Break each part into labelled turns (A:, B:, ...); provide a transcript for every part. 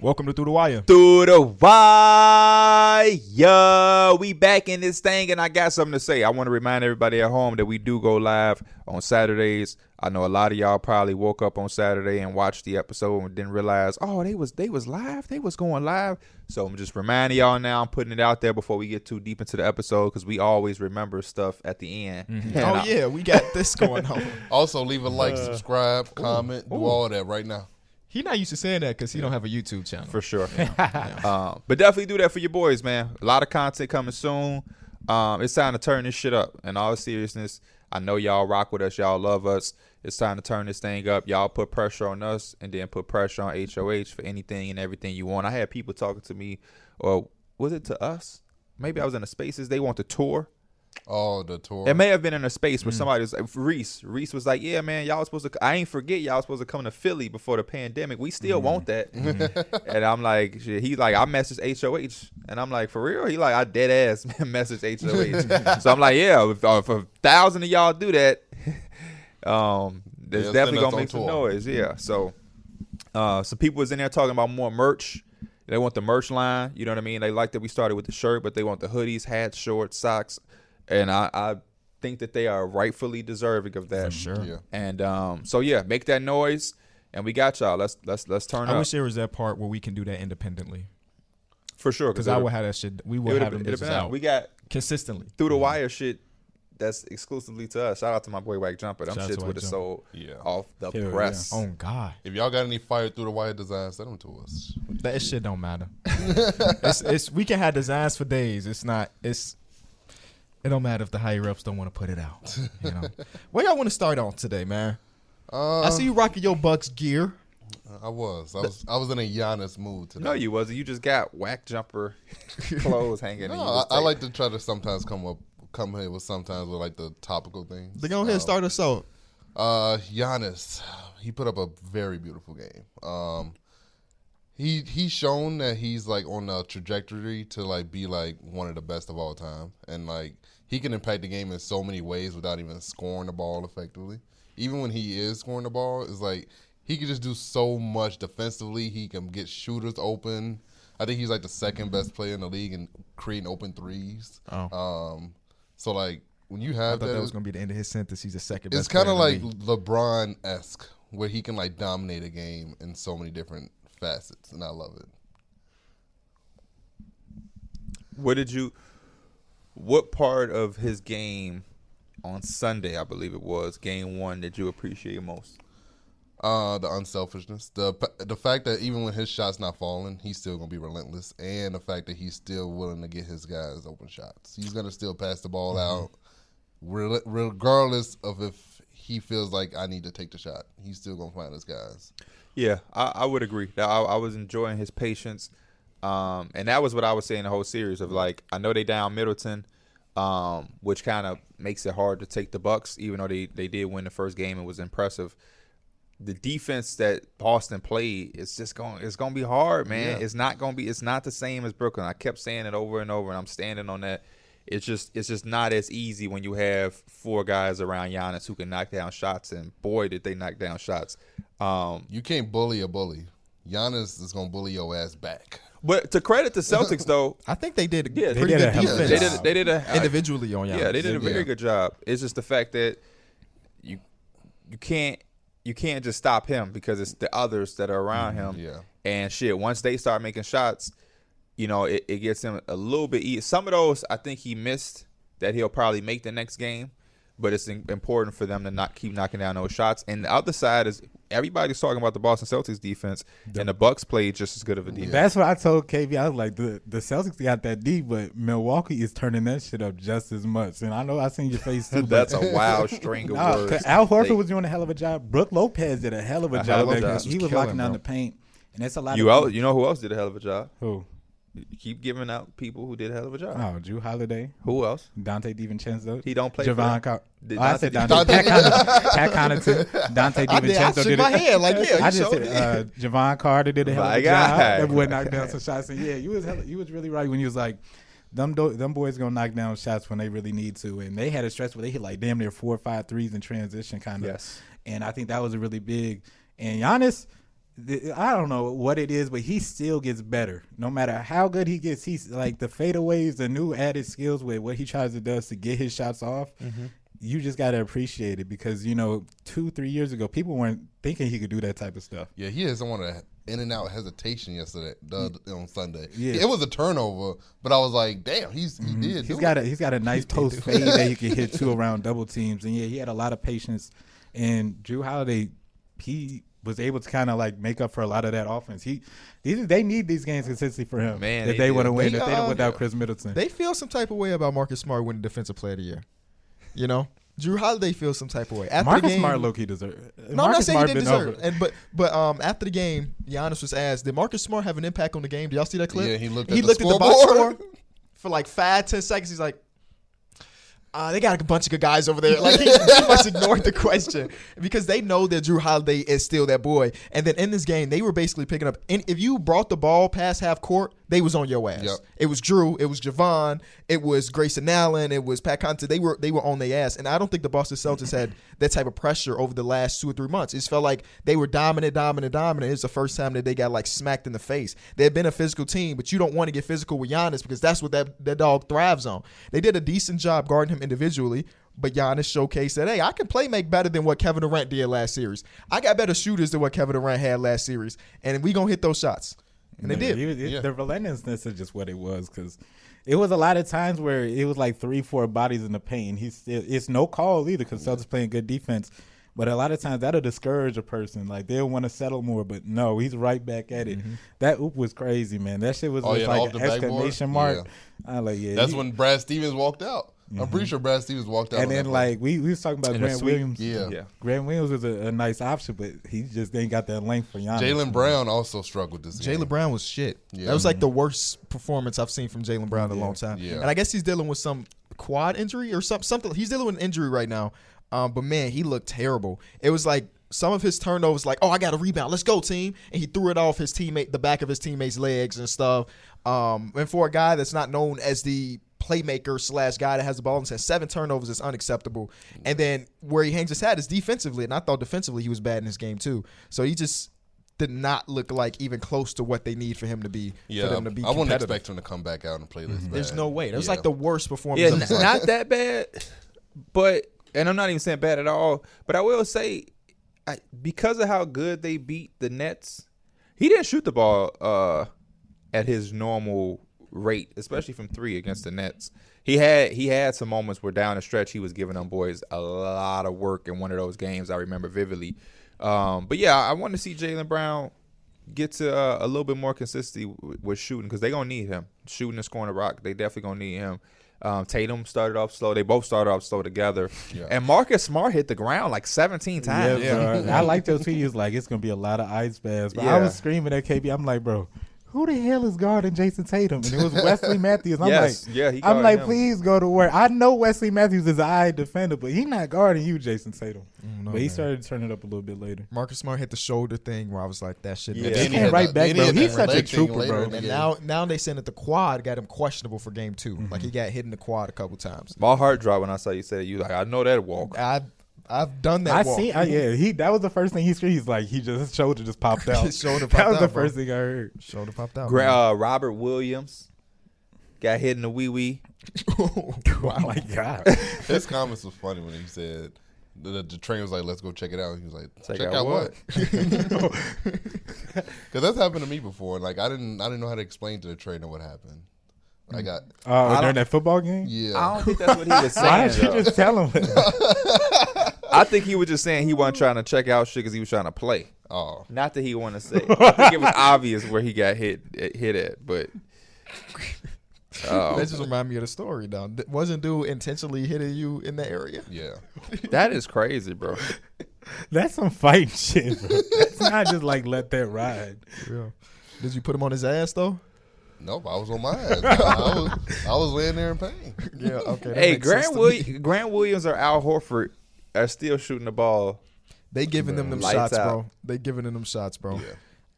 A: Welcome to Through the Wire.
B: Through the wire, we back in this thing, and I got something to say. I want to remind everybody at home that we do go live on Saturdays. I know a lot of y'all probably woke up on Saturday and watched the episode and didn't realize, oh, they was they was live, they was going live. So I'm just reminding y'all now. I'm putting it out there before we get too deep into the episode because we always remember stuff at the end. And
A: Oh
B: I-
A: yeah, we got this going on.
C: Also, leave a like, subscribe, comment, do all that right now.
A: He not used to saying that because he don't have a YouTube channel.
B: for sure. um, but definitely do that for your boys, man. A lot of content coming soon. Um, it's time to turn this shit up. In all seriousness, I know y'all rock with us, y'all love us. It's time to turn this thing up. Y'all put pressure on us, and then put pressure on HOH for anything and everything you want. I had people talking to me, or was it to us? Maybe I was in the spaces. They want the tour.
C: All the tour.
B: It may have been in a space
C: Hmm.
B: where somebody was like, Reese. Reese was like, "Yeah, man, y'all supposed to. I ain't forget y'all supposed to come to Philly before the pandemic. We
C: Hmm.
B: still want that." and I'm like, shit. "He like, I messaged HOH, and I'm like, for real? He like, I dead ass messaged HOH. so I'm like, yeah, if, uh, if a thousand of y'all do that, um, there's
C: Yeah, send
B: definitely
C: us
B: gonna
C: on
B: make some
C: tour.
B: noise. Yeah. So, uh, some people was in there talking about more merch. They want the merch line. You know what I mean? They like that we started with the shirt, but they want the hoodies, hats, shorts, socks, and I, I think that they are rightfully deserving of that.
A: sure.
C: Yeah.
B: And um, so yeah, make that noise, and we got y'all. Let's let's let's turn
A: I
B: up
A: wish there was that part where we can do that independently
B: for sure.
A: because I would have that shit. We would have
B: have
A: them
B: been
A: bitches
B: out.
A: out
B: We got
A: consistently.
B: through the wire shit. That's exclusively to us. Shout out to my boy Wack Jumper. Them
A: Shout out
B: shits
A: to Wack
B: with the
A: Jumper.
B: soul
C: Yeah.
B: off the
D: Hell yeah.
B: press.
A: Oh God,
C: if y'all got any fire through the wire designs, send them to us.
A: that shit don't matter. it's, it's we can have designs for days. It's not. It's it don't matter if the higher ups don't want to put it out. You know? Where y'all want to start on today, man?
C: Uh,
A: I see you rocking your Bucks gear.
C: I was. I was I was in a Giannis mood today.
B: No, you wasn't. You just got whack jumper clothes hanging. and
C: No,
B: you
C: I,
B: was
C: I
B: taking-
C: like to try to sometimes come up come here with sometimes with like the topical things.
A: Then go ahead and start us out.
C: Uh, Giannis, he put up a very beautiful game. Um, he he's shown that he's like on a trajectory to like be like one of the best of all time, and like he can impact the game in so many ways without even scoring the ball effectively. Even when he is scoring the ball, it's like he can just do so much defensively. He can get shooters open. I think he's like the second best player in the league in creating open threes.
A: Oh.
C: Um, so like when you
A: I
C: have
A: thought that was
C: as-
A: gonna be the end of his sentence. He's a second.
C: it's
A: best player
C: kind of
A: in the
C: like
A: league.
C: LeBron esque, where he can like dominate a game in so many different facets, and I love it.
B: What did you? What part of his game on Sunday, I believe it was game one, did you appreciate most?
C: Uh, the unselfishness, the the fact that even when his shot's not falling, he's still gonna be relentless, and the fact that he's still willing to get his guys open shots. He's gonna still pass the ball out, rel- regardless of if he feels like I need to take the shot. He's still gonna find his guys.
B: Yeah, I, I would agree. I, I was enjoying his patience, um, and that was what I was saying the whole series of like I know they down Middleton, um, which kind of makes it hard to take the Bucks, even though they they did win the first game and was impressive. The defense that Boston played is just going it's going to be hard, man.
C: Yeah.
B: It's not going to be it's not the same as Brooklyn. I kept saying it over and over, and I'm standing on that. It's just it's just not as easy when you have four guys around Giannis who can knock down shots, and boy did they knock down shots. Um,
C: You can't bully a bully. Giannis is gonna bully your ass back.
B: But to credit the Celtics, though,
A: I think they did. they
B: Yeah, they
A: pretty
D: did a
A: good
D: hell of a
A: defense.
B: they did they did a
A: individually on Giannis.
B: yeah they did a very
C: Yeah.
B: good job. It's just the fact that you you can't you can't just stop him because it's the others that are around him.
C: yeah.
B: and shit, once they start making shots, you know it, it gets him a little bit. E- Some of those I think he missed that he'll probably make the next game. But it's im- important for them to not keep knocking down those shots. And the other side is everybody's talking about the Boston Celtics defense, and the Bucks played just as good of a defense.
D: That's what I told KB. I was like, the, the Celtics got that D, but Milwaukee is turning that shit up just as much. And I know I seen your face too.
B: That's
D: but,
B: a wild string of
D: Nah, 'cause
B: words.
D: Al Horford
B: They-
D: was doing a hell of a job. Brooke Lopez did a hell of a,
B: A hell
D: job.
B: of a
D: that
B: job.
D: game. He was
A: Killing,
D: locking down
A: bro.
D: the paint, and that's a lot.
B: You
D: of
B: out? You know who else did a hell of a job?
D: Who?
B: You keep giving out people who did a hell of a job.
D: Oh, Drew Holiday,
B: Who else?
D: Dante DiVincenzo.
B: He don't play for
D: Javon.
B: them.
D: Cow-
B: Did
D: oh, I
B: Dante
D: said
B: Di-
D: Dante.
C: Dante-
D: Pat Connaughton. Pat Connaughton. Dante
C: I did- I
D: DiVincenzo
C: shook
D: did
C: my
D: it.
C: head like, yeah,
D: I
C: you
D: just
C: showed
D: said uh, Javon Carter did a hell of
B: My
D: a job.
B: guy.
D: That boy knocked down some shots. And yeah, you was hella, you was really right when you was like, them do- them boys gonna knock down shots when they really need to. And they had a stretch where they hit like damn near four or five threes in transition, kind of.
B: Yes.
D: And I think that was a really big. And Giannis, the- I don't know what it is, but he still gets better. No matter how good he gets, he's like the fadeaways, the new added skills with what he tries to does to get his shots off. You just gotta appreciate it because you know two, three years ago, people weren't thinking he could do that type of stuff.
C: Yeah, he has one of that in and out hesitation yesterday the, other- on Sunday.
D: Yeah. Mm-hmm.
C: it was a turnover, but I was like, damn, he's he did.
D: He's
C: do
D: got
C: it.
D: a he's got a nice post fade that he can hit two around double teams, and yeah, he had a lot of patience. And Drew Holiday, he was able to kind of like make up for a lot of that offense. He these they need these games consistently for him
B: Man,
D: that
B: they
D: they, want to
B: do.
D: win.
A: They,
D: if they don't
A: uh,
D: without Chris Middleton,
A: They feel some type of way about Marcus Smart winning Defensive Player of the Year. You know, Drew Holiday feels some type of way after the
D: Marcus
A: game.
D: Smart low key deserved. it.
A: No,
D: Marcus
A: I'm not
D: Smart
A: saying he
D: been
A: didn't deserve.
D: over
A: it. And but but um after the game, Giannis was asked, "Did Marcus Smart have an impact on the game?" Did y'all see that clip?
C: Yeah, he looked at
A: He
C: the
A: looked at the box
C: scoreboard.
A: score for like five, ten seconds. He's like, uh, "They got a bunch of good guys over there." Like he pretty much ignored the question because they know that Drew Holiday is still that boy. And then in this game, they were basically picking up. And if you brought the ball past half court, they was on your ass.
C: Yep.
A: It was Drew. It was Javon. It was Grayson Allen. It was Pat Conte. They were they were on their ass, and I don't think the Boston Celtics had that type of pressure over the last two or three months. It just felt like they were dominant, dominant, dominant. It's the first time that they got like smacked in the face. They had been a physical team, but you don't want to get physical with Giannis because that's what that that dog thrives on. They did a decent job guarding him individually. But Giannis showcased that, hey, I can play make better than what Kevin Durant did last series. I got better shooters than what Kevin Durant had last series, and we gonna hit those shots. And they
D: Yeah,
A: did.
D: he was- it-
C: Yeah.
D: The relentlessness is just what it was because it was a lot of times where it was like three, four bodies in the paint. and He's still it's no call either because Celtics playing good defense. But a lot of times that'll discourage a person. Like they'll want to settle more, but no, he's right back at it. That oop was crazy, man. That shit was
C: Mm-hmm. Oh,
D: just
C: yeah, off
D: like
C: the
D: an
C: backboard?
D: exclamation mark.
C: Yeah.
D: I like yeah.
C: That's
D: you-
C: when Brad Stevens walked out. I'm pretty sure Brad Stevens walked out.
D: Mm-hmm. and
C: on
D: then
C: that
D: like we, we was talking about
B: And a
D: Grant
B: sweep.
D: Williams.
C: Yeah.
B: Yeah.
D: Grant Williams was a, a nice option, but he just ain't got that length for Giannis.
C: play. Jalen Brown also struggled this game.
A: Jalen Brown was shit.
C: Yeah. Mm-hmm.
A: That was like the worst performance I've seen from Jalen Brown in a long time.
C: Yeah.
A: And I guess he's dealing with some quad injury or some, something. He's dealing with an injury right now. Um, but man, he looked terrible. It was like some of his turnovers, like, oh, I got a rebound. Let's go, team. And he threw it off his teammate, the back of his teammate's legs and stuff. Um, and for a guy that's not known as the playmaker slash guy that has the ball and has seven turnovers is unacceptable. And then where he hangs his hat is defensively. And I thought defensively he was bad in this game too. So he just did not look like even close to what they need for him to be. for them to be
C: I wouldn't
A: competitive.
C: expect him to come back out and play
D: Mm-hmm.
C: this.
A: There's
C: bad.
A: no way. That was
C: Yeah.
A: like the worst performance.
B: Yeah,
A: I've
B: n-
A: seen.
B: not that bad, but and I'm not even saying bad at all. But I will say, I, because of how good they beat the Nets, he didn't shoot the ball uh, at his normal rate, especially from three against the Nets. He had he had some moments where down the stretch he was giving them boys a lot of work in one of those games. I remember vividly. Um, but yeah, I want to see Jalen Brown get to uh, a little bit more consistency w- with shooting because they're gonna need him shooting and scoring the rock. They definitely gonna need him. Um, Tatum started off slow. They both started off slow together. And Marcus Smart hit the ground like 17 times.
D: Yeah, bro. I like those videos. Like it's gonna be a lot of ice baths. But I
B: Yeah.
D: was screaming at KB. I'm like, bro, who the hell is guarding Jason Tatum? And it was Wesley Matthews. I'm
B: Yes.
D: like,
B: Yeah, he
D: I'm
B: guarded
D: like,
B: him.
D: please go to work. I know Wesley Matthews is an eye defender, but he not guarding you, Jason Tatum.
A: know,
D: but he
A: man.
D: started to turn it up a little bit later.
A: Marcus Smart hit the shoulder thing where I was like, that shit.
B: Yeah.
A: makes
D: He
C: Then
A: sense.
C: he
D: came
C: had
D: right
C: that-
D: back,
C: then
D: bro.
C: had
D: He's
C: that
D: such a
C: leg thing
D: trooper,
C: later
D: bro.
C: in the
A: And
C: game.
A: now, now they saying that the quad got him questionable for game 2 Like he got hit in the quad a couple times.
B: My heart dropped when I saw you say that. You like I know that walk.
A: I've I've done that.
D: I
A: walk.
D: seen, I, yeah, he. That was the first thing he screamed. He's like, he just his shoulder just popped out.
A: His shoulder
D: that
A: popped
D: was the
A: out, bro.
D: first thing I heard.
A: Shoulder popped out.
B: Gra- Uh, Robert Williams got hit in the wee wee.
D: Oh my god.
C: His comments was funny when he said the, the, the train was like, "Let's go check it out." And he was like,
B: Check
C: "Check,
B: out
C: out, what?" Because that's happened to me before. and, Like I didn't, I didn't know how to explain to the trainer what happened. I got,
D: Uh,
B: don't-
D: during that football game.
B: I
C: yeah,
B: don't think that's what he was saying.
D: Why did you
B: though.
D: just tell him?
B: I think he was just saying he wasn't trying to check out shit because he was trying to play.
C: oh,
B: Not that he want to say. I think it was obvious where he got hit hit at, but
A: That just remind me of the story. Now, Th- wasn't dude intentionally hitting you in the area?
C: yeah.
B: that is crazy, bro.
D: That's some fight shit, bro. That's not just like let that ride.
A: Yeah. Did you put him on his ass though?
C: Nope, I was on my ass. I was, I was laying there in pain.
A: Yeah. Okay. that
B: hey,
A: makes sense
B: Grant
A: to me.
B: Williams, Grant Williams or Al Horford are still shooting the ball.
A: They giving them them
B: Lights
A: shots,
B: out.
A: bro. They giving them them shots, bro.
C: Yeah.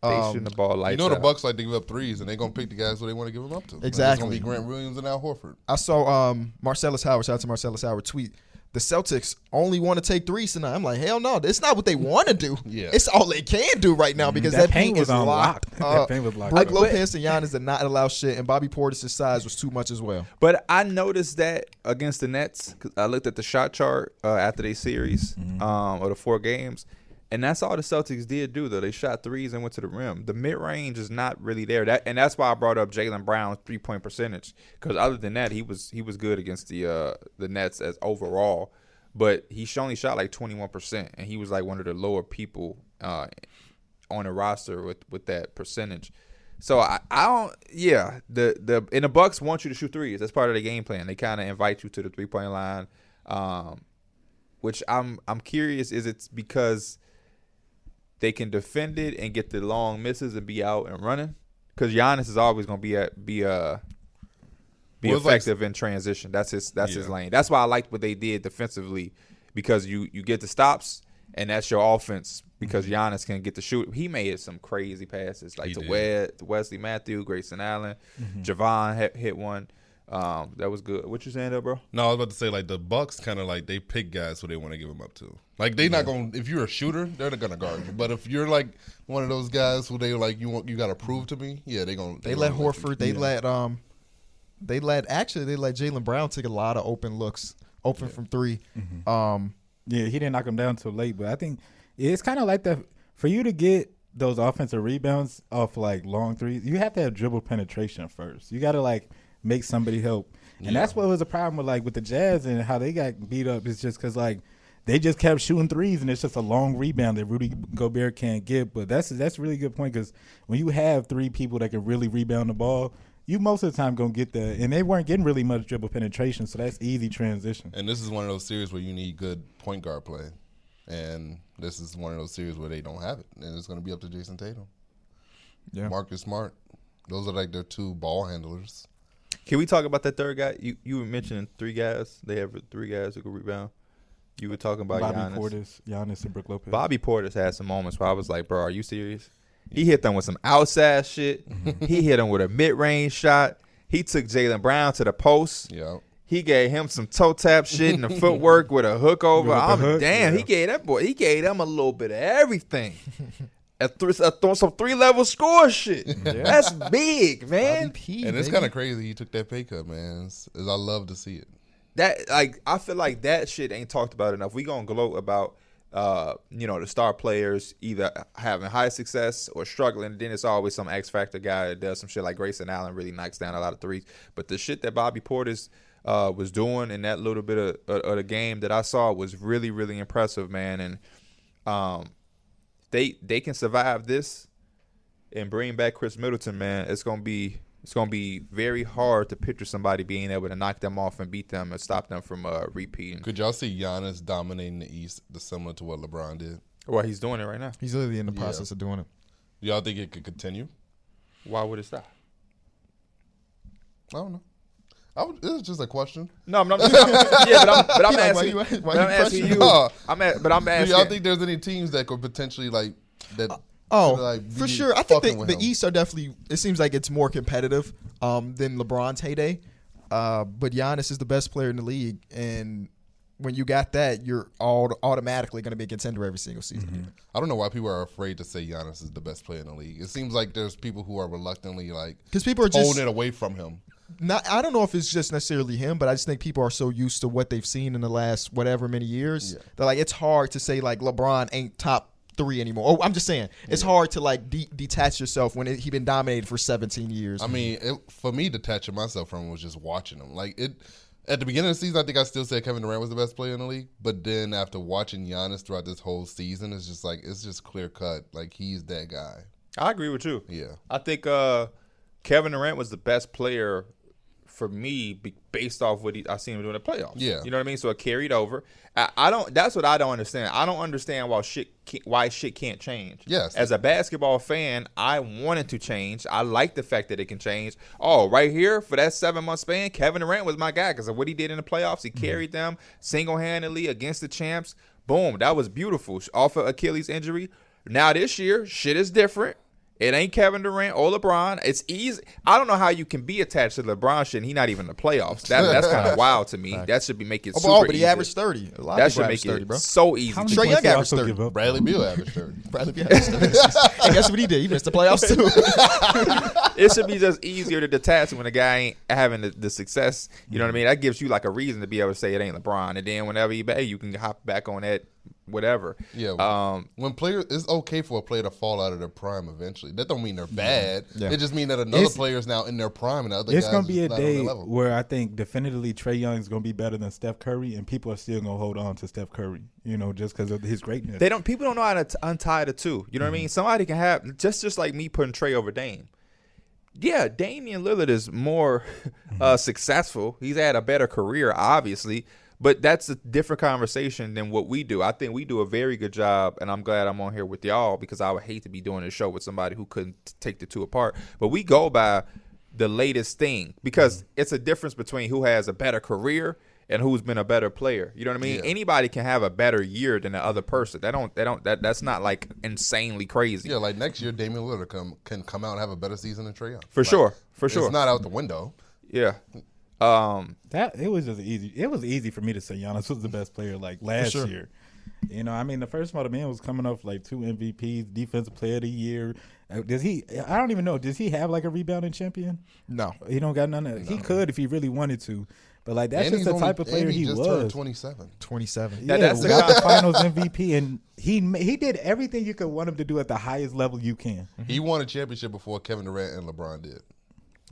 B: They
A: Um,
B: shooting the ball like
C: You know the Bucks like to give up threes, and they gonna pick the guys who they want to give them up to. Like, it's
A: Exactly.
C: gonna be Grant Williams and Al Horford.
A: I saw um Marcellus Howard. Shout out to Marcellus Howard tweet the Celtics only want to take threes tonight. I'm like, hell no, it's not what they want to do.
C: Yeah. Mm-hmm.
A: It's all they can do right now because
D: That
A: that,
D: paint
A: paint,
D: was
A: is
D: on
A: locked.
D: lock.
A: up.
D: That paint was locked
A: Brooke
D: up.
A: Lopez and Giannis did not allow shit, and Bobby Portis's size was too much as well.
B: But I noticed that against the Nets, 'cause I looked at the shot chart uh, after they series um, or the four games, and that's all the Celtics did do though. They shot threes and went to the rim. The mid range is not really there. That and that's why I brought up Jalen Brown's three point percentage because other than that, he was he was good against the uh, the Nets as overall, but he sh- only shot like twenty one percent, and he was like one of the lower people uh, on the roster with with that percentage. So I, I don't yeah the the and the Bucks want you to shoot threes. That's part of the game plan. They kind of invite you to the three point line, um, which I'm I'm curious is it's because they can defend it and get the long misses and be out and running because Giannis is always going to be a be a be
C: Well, it's like-
B: effective in transition. That's his that's his
C: Yeah.
B: lane. That's why I liked what they did defensively because you you get the stops and that's your offense because Giannis can get the shoot. He made some crazy passes like
C: He
B: to
C: did.
B: Wed, to Wesley Matthew, Grayson Allen, Javon hit, hit one. Um, that was good. Mm-hmm. What you saying there, bro?
C: No, I was about to say like the Bucks kind of like they pick guys who they want to give them up to. Like they not gonna if you're a shooter, they're not gonna guard you. But if you're like one of those guys who they like you want you gotta prove to me, yeah, they gonna
A: They let
C: gonna you-
A: Horford. They let um, they let actually they let Jalen Brown take a lot of open looks, open from 3
D: Mm-hmm.
A: Um,
D: Yeah, he didn't knock him down till late, but I think it's kind of like that for you to get those offensive rebounds off like long threes. You have to have dribble penetration first. You got to like make somebody help, and that's what was a problem with like with the Jazz and how they got beat up is just because like they just kept shooting threes, and it's just a long rebound that Rudy Gobert can't get. But that's that's a really good point because when you have three people that can really rebound the ball. You most of the time gonna get that, and they weren't getting really much dribble penetration, so that's easy transition.
C: And this is one of those series where you need good point guard play, and this is one of those series where they don't have it, and it's gonna be up to Jason Tatum,
A: Yeah.
C: Marcus Smart. Those are like their two ball handlers.
B: Can we talk about that third guy? You you were mentioning three guys. They have three guys who could rebound. You were talking about
D: Bobby
B: Giannis.
D: Portis, Giannis, and Brook Lopez.
B: Bobby Portis had some moments where I was like, bro, are you serious? He hit them with some outside shit.
D: Mm-hmm.
B: he hit him with a mid range shot. He took Jalen Brown to the post.
C: Yeah,
B: He gave him some toe tap shit and the footwork with a hook over.
D: With the
B: I'm
D: hook,
B: damn.
D: yeah.
B: He gave that boy. He gave them a little bit of everything. a th- a th- some three level score shit. That's big, man.
C: and it's kind of crazy he took that pay cut, man. It's, it's- I love to see it.
B: that like I feel like that shit ain't talked about enough. We gonna gloat about uh you know the star players either having high success or struggling. Then it's always some X factor guy that does some shit like Grayson Allen really knocks down a lot of threes. But the shit that Bobby Portis uh was doing in that little bit of, of, of the game that I saw was really really impressive, man. And um they they can survive this and bring back Chris Middleton, man, it's gonna be it's gonna be very hard to picture somebody being able to knock them off and beat them and stop them from uh, repeating.
C: Could y'all see Giannis dominating the East, the similar to what LeBron did?
B: Well, he's doing it right now.
A: He's literally in the process of doing it.
C: Do y'all think it could continue?
B: Why would it stop?
C: I don't know. I would, it's just a question.
B: No, I'm not. I'm, yeah, but I'm, but I'm
A: He like, why
B: asking.
A: you- why
B: but
A: you
B: I'm asking
A: pressing-
B: you.
C: Nah.
B: I'm at, but I'm
C: Do
B: asking.
C: y'all think there's any teams that could potentially like that?
A: Oh,
C: could, like,
A: for
C: be
A: sure. I think
C: fucking
A: the,
C: with
A: the
C: him?
A: East are definitely. It seems like it's more competitive um, than LeBron's heyday. Uh, but Giannis is the best player in the league, and when you got that, you're all automatically going to be a contender every single season.
B: Mm-hmm.
C: I don't know why people are afraid to say Giannis is the best player in the league. It seems like there's people who are reluctantly like
A: 'Cause people are
C: holding
A: just-
C: it away from him.
A: not I don't know if it's just necessarily him, but I just think people are so used to what they've seen in the last whatever many years that like it's hard to say like LeBron ain't top three anymore. Oh, I'm just saying it's hard to like de- detach yourself when it, he been dominated for 17 years.
C: I mean, it, for me, detaching myself from him was just watching him. Like it at the beginning of the season, I think I still said Kevin Durant was the best player in the league. But then after watching Giannis throughout this whole season, it's just like it's just clear cut. Like he's that guy.
B: I agree with you.
C: Yeah.
B: I think uh, Kevin Durant was the best player for me be- based off what he, I seen him doing in the playoffs.
C: Yeah.
B: you know what I mean. So it carried over. I, I don't. That's what I don't understand. I don't understand why shit can't, why shit can't change.
C: Yes.
B: As a basketball fan, I wanted to change. I like the fact that it can change. Oh, right here for that seven month span, Kevin Durant was my guy because of what he did in the playoffs.
A: Mm-hmm.
B: He carried them single handedly against the champs. Boom, that was beautiful off of Achilles injury. Now this year, shit is different It ain't Kevin Durant or LeBron. It's easy. I don't know how you can be attached to LeBron shit. And he not even in the playoffs. That, that's kind of wild to me. That should be make it
A: Oh,
B: super
A: but, oh, but he
B: easy.
A: averaged thirty. A lot
B: that
A: of people
B: should
A: averaged
B: make
A: thirty,
B: it
A: bro.
B: so easy. to
A: Trae
D: points
A: Young
D: they
A: averaged
D: also
A: 30.
D: give up?
C: Bradley Beal averaged thirty.
A: Bradley Beal averaged thirty. and guess what he did? He missed the playoffs too.
B: it should be just easier to detach when a guy ain't having the, the success. You know what I mean? That gives you like a reason to be able to say it ain't LeBron. And then whenever you hey, you can hop back on that whatever.
C: Yeah.
B: Um,
C: when players, it's okay for a player to fall out of their prime eventually. That don't mean they're bad. It just mean that another
D: It's-
C: player is now in their prime and the other
D: It's
C: guys
D: gonna be
C: is
D: a
C: not on
D: day
C: their level.
D: where I think definitively Trey Young's gonna be better than Steph Curry, and people are still gonna hold on to Steph Curry, you know, just because of his greatness.
B: They don't. People don't know how to t- untie the two. You know what I mean? Somebody can have just just like me putting Trey over Dame. Yeah, Damian Lillard is more
C: Mm-hmm.
B: uh, successful. He's had a better career, obviously, but that's a different conversation than what we do. I think we do a very good job, and I'm glad I'm on here with y'all because I would hate to be doing this show with somebody who couldn't t- take the two apart. But we go by the latest thing because
C: Mm-hmm.
B: it's a difference between who has a better career and who's been a better player. You know what I mean? Anybody can have a better year than the other person. They don't. They don't. That, that's not like insanely crazy.
C: Yeah, like next year, Damian Lillard come can come out and have a better season than Trae Young.
B: For
C: Like,
B: sure. For sure.
C: It's not out the window.
B: yeah. Um.
D: That it was just easy. It was easy for me to say Giannis was the best player like last
A: sure.
D: year. You know, I mean, the first one, the man was coming off like two MVPs, Defensive Player of the Year. Uh, Does he? I don't even know. Does he have like a rebounding champion?
A: no,
D: He don't got none of. He could if he really wanted to, but like that's
C: And
D: just
C: he's
D: the
C: only-
D: type of player
C: and he,
D: he
C: just turned
D: was.
C: twenty seven.
A: twenty-seven.
D: Yeah,
B: that's the
D: got
B: guy-
D: the Finals MVP, and he ma- he did everything you could want him to do at the highest level you can.
C: He won a championship before Kevin Durant and LeBron did.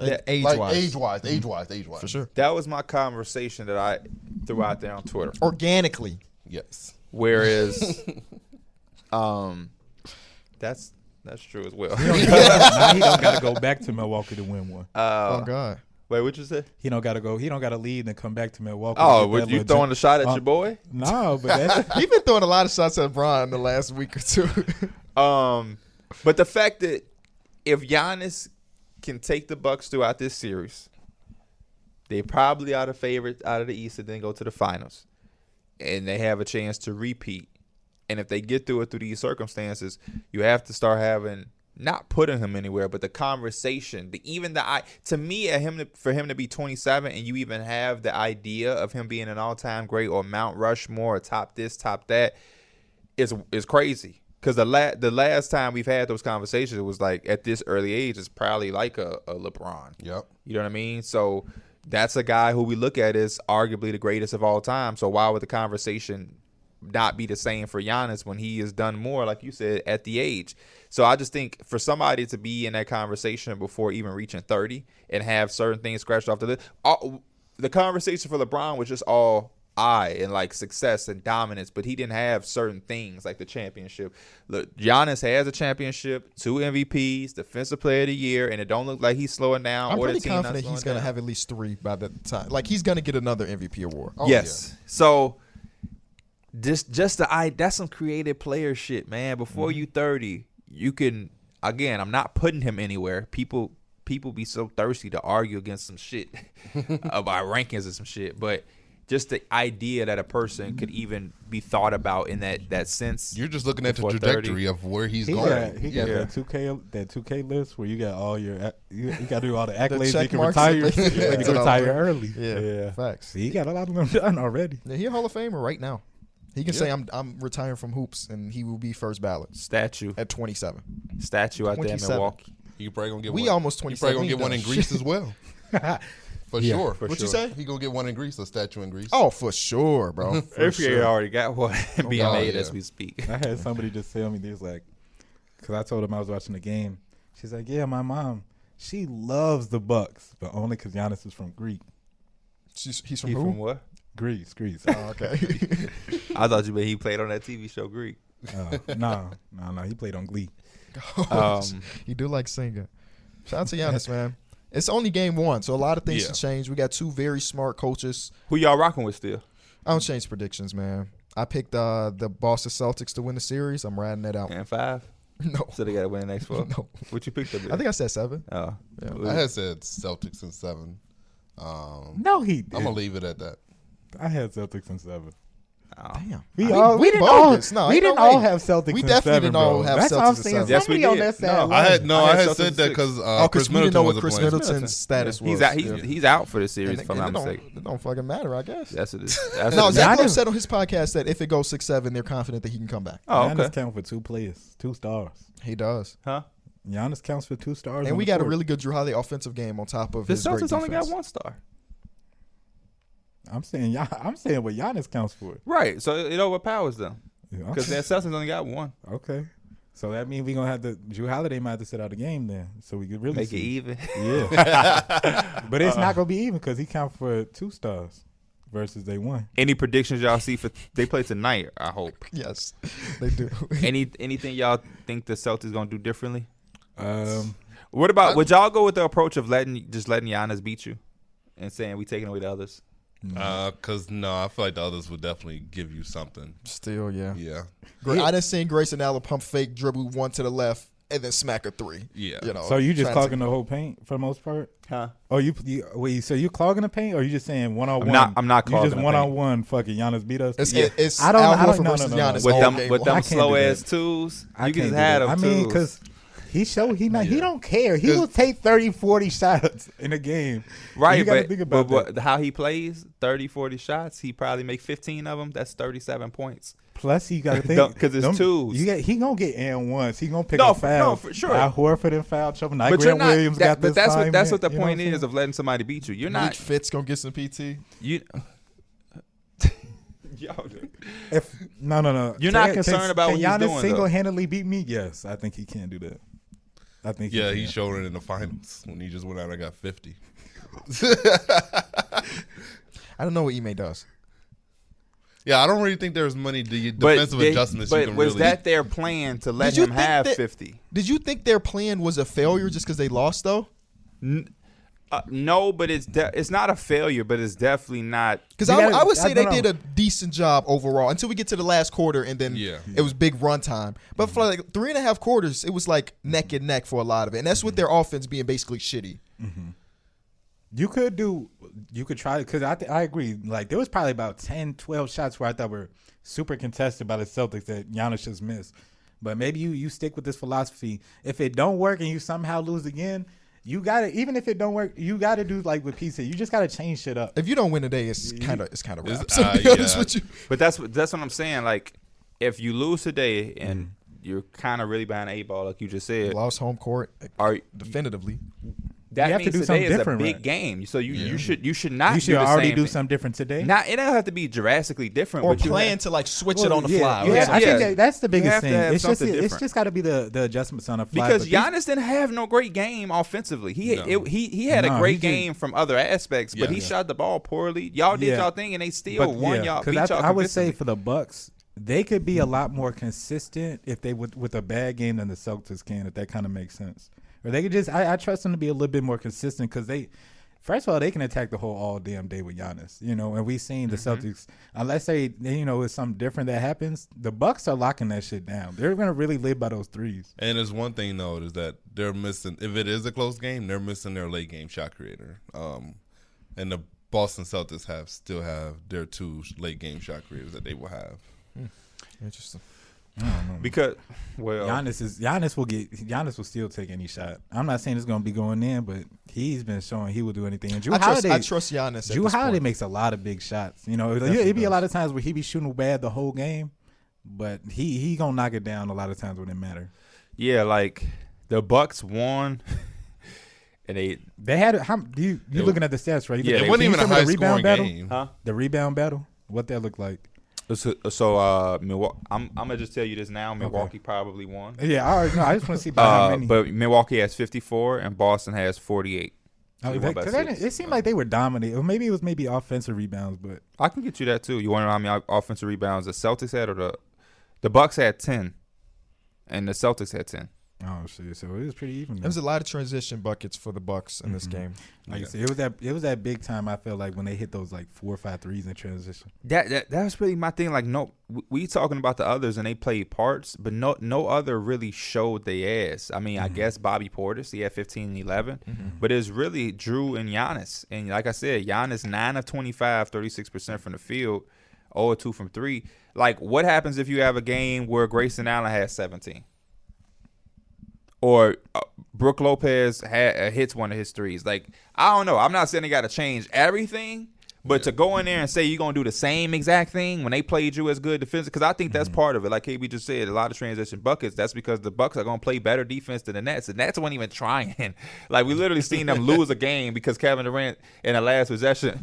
A: Like, Age-wise,
C: Like age wise, age wise, age wise.
A: for sure.
B: That was my conversation that I threw out there on Twitter.
A: Organically,
C: Yes.
B: Whereas, um, that's that's true as well.
D: now he don't got to go back to Milwaukee to win one.
B: Uh,
A: oh god,
B: Wait, what you say?
D: He don't got to go. He don't got to lead and come back to Milwaukee. to
B: Oh,
D: get
B: were
D: that
B: you
D: little
B: throwing
D: ju-
B: a shot at
D: Uh,
B: your boy?
D: No, but that's,
A: he's been throwing a lot of shots at Bron in the last week or two.
B: Um, but the fact that if Giannis can take the Bucks throughout this series, they probably are the favorite out of the East and then go to the finals, and they have a chance to repeat. And if they get through it through these circumstances, you have to start having not putting him anywhere, but the conversation, the even the I to me at him to, for him to be 27 and you even have the idea of him being an all-time great or Mount Rushmore or top this, top that is is crazy because the la- the last time we've had those conversations was like at this early age is probably like a, a LeBron.
C: Yep.
B: You know what I mean? So that's a guy who we look at as arguably the greatest of all time. So why would the conversation not be the same for Giannis when he has done more, like you said, at the age? So I just think for somebody to be in that conversation before even reaching thirty and have certain things scratched off the list, all, the conversation for LeBron was just all I and like success and dominance, but he didn't have certain things like the championship. Look, Giannis has a championship, two MVPs, Defensive Player of the Year, and it don't look like he's slowing down.
A: I'm
B: or the
A: pretty
B: team not
A: confident he's
B: slowing
A: gonna
B: down.
A: have at least three by the time. Like he's gonna get another MVP award.
C: Oh,
B: yes. So just just the I that's some creative player shit, man. Before
A: Mm-hmm.
B: you thirty, you can again, I'm not putting him anywhere. People people be so thirsty to argue against some shit about rankings and some shit. But just the idea that a person could even be thought about in that that sense.
C: You're just looking at the
B: Before 30.
C: trajectory of where he's
D: he
C: going.
D: got, he got
B: Yeah.
D: that two K that two K list where you got all your ac- you, you got to do all the accolades. you
A: check
D: can
A: marks
D: retire.
A: and things.
D: You
A: Yeah.
D: can retire early.
A: Yeah, facts.
D: See, he got a lot of them done already.
A: Yeah, he a Hall of Famer right now. He can say I'm I'm retiring from hoops and he will be first ballot
B: Statue.
A: at 27.
B: Statue out there in
A: 27.
B: Milwaukee.
C: You probably gonna get
A: We
C: one.
A: almost
C: You probably
A: 27.
C: gonna get
A: We
C: one in
A: done.
C: Greece as well. For sure.
B: for
A: What you
B: sure.
A: say?
C: He gonna get one in Greece, a statue in Greece.
A: Oh, for sure, bro. For
B: If you
A: sure. Oh,
B: already got one being
C: God,
B: made
C: yeah.
B: as we speak.
D: I had somebody just tell me this, like, because I told him I was watching the game. She's like, "Yeah, my mom, she loves the Bucks, but only because Giannis is from Greek,
A: She's- he's from
B: He
A: who?
B: from what?
D: Greece, Greece. Uh,
A: Oh, okay.
B: I thought you meant he played on that TV show Greek.
D: Uh, no, no, no. He played on Glee.
B: Um,
A: you do like singing. Shout out to Giannis, man. It's only game one, so a lot of things
C: Yeah.
A: to change. We got two very smart coaches.
B: Who y'all rocking with still?
A: I don't change predictions, man. I picked uh, the Boston Celtics to win the series. I'm riding that out.
B: And five.
A: No,
B: So they got to win the next four.
A: No.
B: What you picked up? There?
A: I think I said seven.
B: Oh.
C: I had said Celtics in seven. Um,
D: No, he. Did.
C: I'm gonna leave it at that.
D: I had Celtics in seven.
B: oh.
A: Damn.
D: We,
A: I-
D: all we didn't
A: bold
D: all
A: this. No,
D: we
A: ain't
D: didn't
A: no
D: all
A: way.
D: have Celtics.
A: We
D: in
A: definitely
D: seven,
A: didn't all
D: bro.
A: have
D: That's
A: Celtics
D: all I'm
A: in
D: saying.
A: seven.
B: Yes, we
D: Somebody on
B: did.
D: that side.
B: No,
D: won.
C: I had no,
B: I
C: I
B: had
C: had
B: Celtics
C: said that
B: six.
C: because
A: Oh,
C: uh,
A: because
C: Chris
A: we didn't know
C: Middleton
A: what
C: was a
A: Chris
C: player.
A: Middleton's status was.
B: He's out. He's,
A: yeah.
B: he's out for the series,
A: And
B: if
A: it-
B: I'm
A: and
B: not
A: it don't,
B: mistaken.
A: it don't fucking matter, I guess.
B: That's what it is. That's
A: No,
B: what it is.
A: Zach Lowe
D: Giannis-
A: said on his podcast that if it goes six seven, they're confident that he can come back.
B: Oh,
D: Giannis
B: okay.
D: count for two players, two stars.
A: He does.
B: Huh?
D: Giannis counts for two stars.
A: And
D: on
A: we
D: the
A: got a
D: court.
A: really good Drew Holiday offensive game on top of
B: The
A: his great
B: Celtics only got
A: defense.
B: one star.
D: I'm saying, Gian- I'm saying what Giannis counts for.
B: Right. So it overpowers them
D: Yeah,
B: because the
D: okay.
B: Celtics only got one.
D: okay. So that means we're gonna have to Drew Holiday might have to sit out a game then, so we could really
B: Make it
D: see.
B: even. Uh-uh.
D: Yeah, but it's not gonna be even because he count for two stars versus they won.
B: Any predictions y'all see for they play tonight? I hope.
A: Yes, they do.
B: Any anything y'all think the Celtics gonna do differently? Uh,
D: Um,
B: What about would y'all go with the approach of letting just letting Giannis beat you and saying we taking away the others?
C: Because Uh, no, I feel like the others would definitely give you something.
A: Still, yeah.
C: Yeah,
A: Gra- I done seen Grayson Allen pump fake dribble one to the left and then smack a three.
C: Yeah.
A: You know.
B: oh,
D: so you just
A: trying to-
D: clogging the whole paint for the most part.
B: Huh?
D: Oh, you, you wait. So you clogging the paint, or you just saying one on one?
B: I'm not- I'm not
D: You
B: clogging
D: just
B: the
D: one on
B: paint.
D: one. Fucking Giannis beat us.
A: It's,
B: Yeah.
A: it's
D: I don't-
A: Al
D: I don't-
A: Horford
D: no, no,
A: versus
D: no, no.
A: Giannis
B: With
A: all
B: them
A: game
B: with
A: long.
B: them
D: I can't do
B: slow ass
D: that.
B: twos,
D: I
B: you can
D: can't
B: just have
D: do that.
B: them
D: I mean,
B: twos.
D: because he showed he not he
C: Yeah.
D: don't care. He
C: Cause-
D: will take 30, 40 shots in a game.
B: Right,
D: you gotta
B: but,
D: think about
B: but
D: that.
B: what- how he plays 30, 40 shots, he probably make 15 of them. That's 37 points.
D: Plus, you got to think
B: Don't- 'cause it's
D: them-
B: twos.
D: You got, he gonna get and once. He gonna pick
B: No,
D: up
B: for- no,
D: fouls.
B: for sure.
D: Al Horford and foul trouble. Now
B: but you're
D: Grant
B: not.
D: Williams
B: that-
D: got
B: but
D: this.
B: that's what that's
D: assignment,
B: what the
D: you know
B: point
D: I'm
B: is
D: saying?
B: of letting somebody beat you. You're
A: Malik
B: not
A: Fitz gonna get some PT.
B: you. Yo,
D: If, no, no, no.
B: You're not
D: Can- can-
B: concerned about
D: can
B: what he's
D: Giannis
B: doing, though.
D: single-handedly beat me? Yes, I think he can do that. I think.
C: yeah.
D: he
C: He
D: can.
C: showed it in the finals when he just went out and got fifty.
A: I don't know what Ime does.
C: Yeah, I don't really think there's many de-
B: but
C: defensive
B: they-
C: adjustments.
B: But
C: you can
B: was
C: really,
B: that their plan to let
A: Did you
B: him
A: think
B: have
A: that-
B: 50?
A: Did you think their plan was a failure just because they lost though?
B: Uh, no, but it's de- it's not a failure, but it's definitely not.
A: Because
D: You
A: I,
D: gotta-
A: I would say
D: I
A: they
D: don't know.
A: did a decent job overall until we get to the last quarter, and then
C: Yeah.
A: it was big run time. But for like three and a half quarters, it was like neck and neck for a lot of it, and that's with their offense being basically shitty.
D: You could do, you could try because I th- I agree. Like there was probably about 10, 12 shots where I thought were super contested by the Celtics that Giannis just missed. But maybe you you stick with this philosophy. If it don't work and you somehow lose again, you gotta even if it don't work, you gotta do like what P said. You just gotta change shit up.
A: If you don't win today, it's kind of it's kind of
C: It's-
A: wraps. to
C: uh,
A: be honest
C: yeah.
A: with you.
B: But that's what that's what I'm saying. Like, if you lose today and
D: Mm-hmm.
B: you're kind of really behind the eight ball, like you just said,
A: Lost home court
B: are
A: definitively.
B: that
D: You have to
B: means
D: do
B: today
D: something
B: is a
D: different,
B: big
D: right?
B: game. So you, you should you should not
D: You
B: do
D: should
B: the
D: already
B: same
D: do
B: thing.
D: something different today.
B: Not it don't have to be drastically different.
A: Or
B: but you
A: plan
B: have-
A: to like switch
D: Well,
A: it on the
D: yeah,
A: fly.
D: you
A: or
D: have- I
A: something.
B: Yeah.
D: think that, that's the biggest
B: have to
D: thing.
B: have
D: It's just
B: something
D: it's
B: different.
D: just got to be the the adjustments on the fly.
B: because
D: but these-
B: Giannis didn't have no great game offensively. He
C: No.
B: it, he he had
D: No,
B: a
D: he
B: great
D: did.
B: game from other aspects, but
C: Yeah.
B: he shot the ball poorly. Y'all did
D: Yeah.
B: y'all thing, and they still won y'all.
D: 'cause
B: Beat
D: I,
B: y'all
D: I would say
B: convincingly.
D: for the Bucks, they could be a lot more consistent if they would with a bad game than the Celtics can. If that kind of makes sense, or they could just I, I trust them to be a little bit more consistent because they. First of all, they can attack the whole all damn day with Giannis, you know, and we've seen the
A: Mm-hmm.
D: Celtics. Unless they, they, you know, it's something different that happens, the Bucks are locking that shit down. They're gonna really live by those threes.
C: And there's one thing though is that they're missing. If it is a close game, they're missing their late game shot creator. Um, and the Boston Celtics have still have their two late game shot creators that they will have.
A: Interesting.
B: because well,
D: Giannis is Giannis will get Giannis will still take any shot. I'm not saying it's gonna be going in, but he's been showing he will do anything. And Drew
A: I trust, I
D: Holiday-
A: trust Giannis. at
D: Drew
A: this
D: Holiday
A: point.
D: makes a lot of big shots. You know, it'd, it'd be a lot of times where he be shooting bad the whole game, but he he gonna knock it down a lot of times when it matter.
B: yeah, like the Bucks won, and they
D: They had how do you you looking at the stats right? You
B: Yeah,
D: look-
C: It
B: Hey,
C: wasn't
D: you
C: even a
D: see the
C: high scoring
D: battle?
C: game.
B: huh.
D: The rebound battle, what that looked like?
B: So, so uh, Milwaukee. I'm, I'm gonna just tell you this now. Milwaukee probably won.
D: Yeah, I already know. I just want to see by how
B: Uh,
D: many.
B: but Milwaukee has 54 and Boston has 48.
D: Oh,
B: They
D: that-
B: won by
D: 'cause that
B: six.
D: didn't- it seemed like they were dominant. Or maybe it was maybe offensive rebounds, but
B: I can get you that too. You want to know how many offensive rebounds the Celtics had, or the the Bucks had 10, and the Celtics had 10.
D: oh shit! So it was pretty even.
A: There was a lot of transition buckets for the Bucks in this game.
D: Like I said, it was that it was that big time. I felt like when they hit those like four or five threes in transition.
B: That that that's really my thing. Like no, we, we talking about the others and they played parts, but no no other really showed they ass. I mean, I guess Bobby Portis he had 15 and 11, but it's really Drew and Giannis. And like I said, Giannis nine of 25, 36 percent from the field. 0 2 from three. Like, what happens if you have a game where Grayson Allen has 17? Or uh, Brooke Lopez ha- uh, hits one of his threes. Like, I don't know. I'm not saying they got to change everything, but to go in there and say you're going to do the same exact thing when they played you as good defense, because I think that's part of it. Like KB just said, a lot of transition buckets. That's because the Bucks are going to play better defense than the Nets, and Nets weren't even trying. like, we literally seen them lose a game because Kevin Durant in the last possession,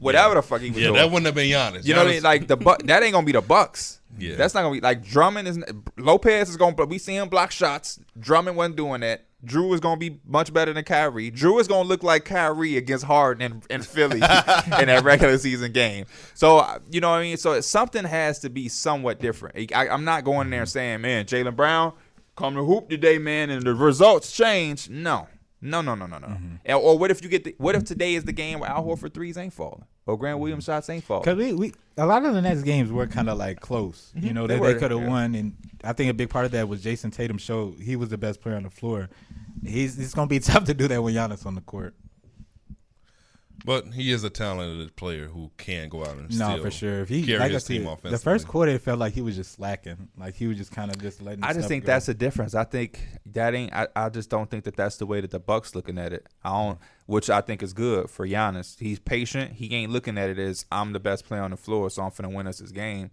B: whatever the fuck he was
C: Yeah,
B: doing.
C: that wouldn't have been Giannis.
B: You know what I
C: Giannis-
B: mean? Like the bu- that ain't gonna be the Bucks.
C: Yeah.
B: That's not gonna be like Drummond is Lopez is gonna. But we see him block shots. Drummond wasn't doing that. Drew is gonna be much better than Kyrie. Drew is gonna look like Kyrie against Harden and, and Philly in that regular season game. So uh, you know what I mean. So something has to be somewhat different. I, I'm not going in there saying, man, Jalen Brown come to hoop today, man, and the results change. No. No, no, no, no, no. And- Or what if you get the, what if today is the game where Al Horford threes ain't falling or Grant Williams shots ain't falling?
D: Because we, we a lot of the next games were kind of like close.
A: Mm-hmm.
D: You know,
B: They
D: they, they,
B: were,
D: could have
B: yeah.
D: won, and I think a big part of that was Jason Tatum showed he was the best player on the floor. He's it's gonna be tough to do that when Giannis on the court.
C: But he is a talented player who can go out and
D: No,
C: steal.
D: for sure. If he
C: carry
D: like I
C: his team
D: said,
C: offensively.
D: the first quarter, it felt like he was just slacking. Like he was just kind of just letting.
B: I just
D: stuff
B: think
D: go.
B: that's the difference. I think that ain't. I, I just don't think that that's the way that the Bucks looking at it. I don't, which I think is good for Giannis. He's patient. He ain't looking at it as I'm the best player on the floor, so I'm finna win us this game.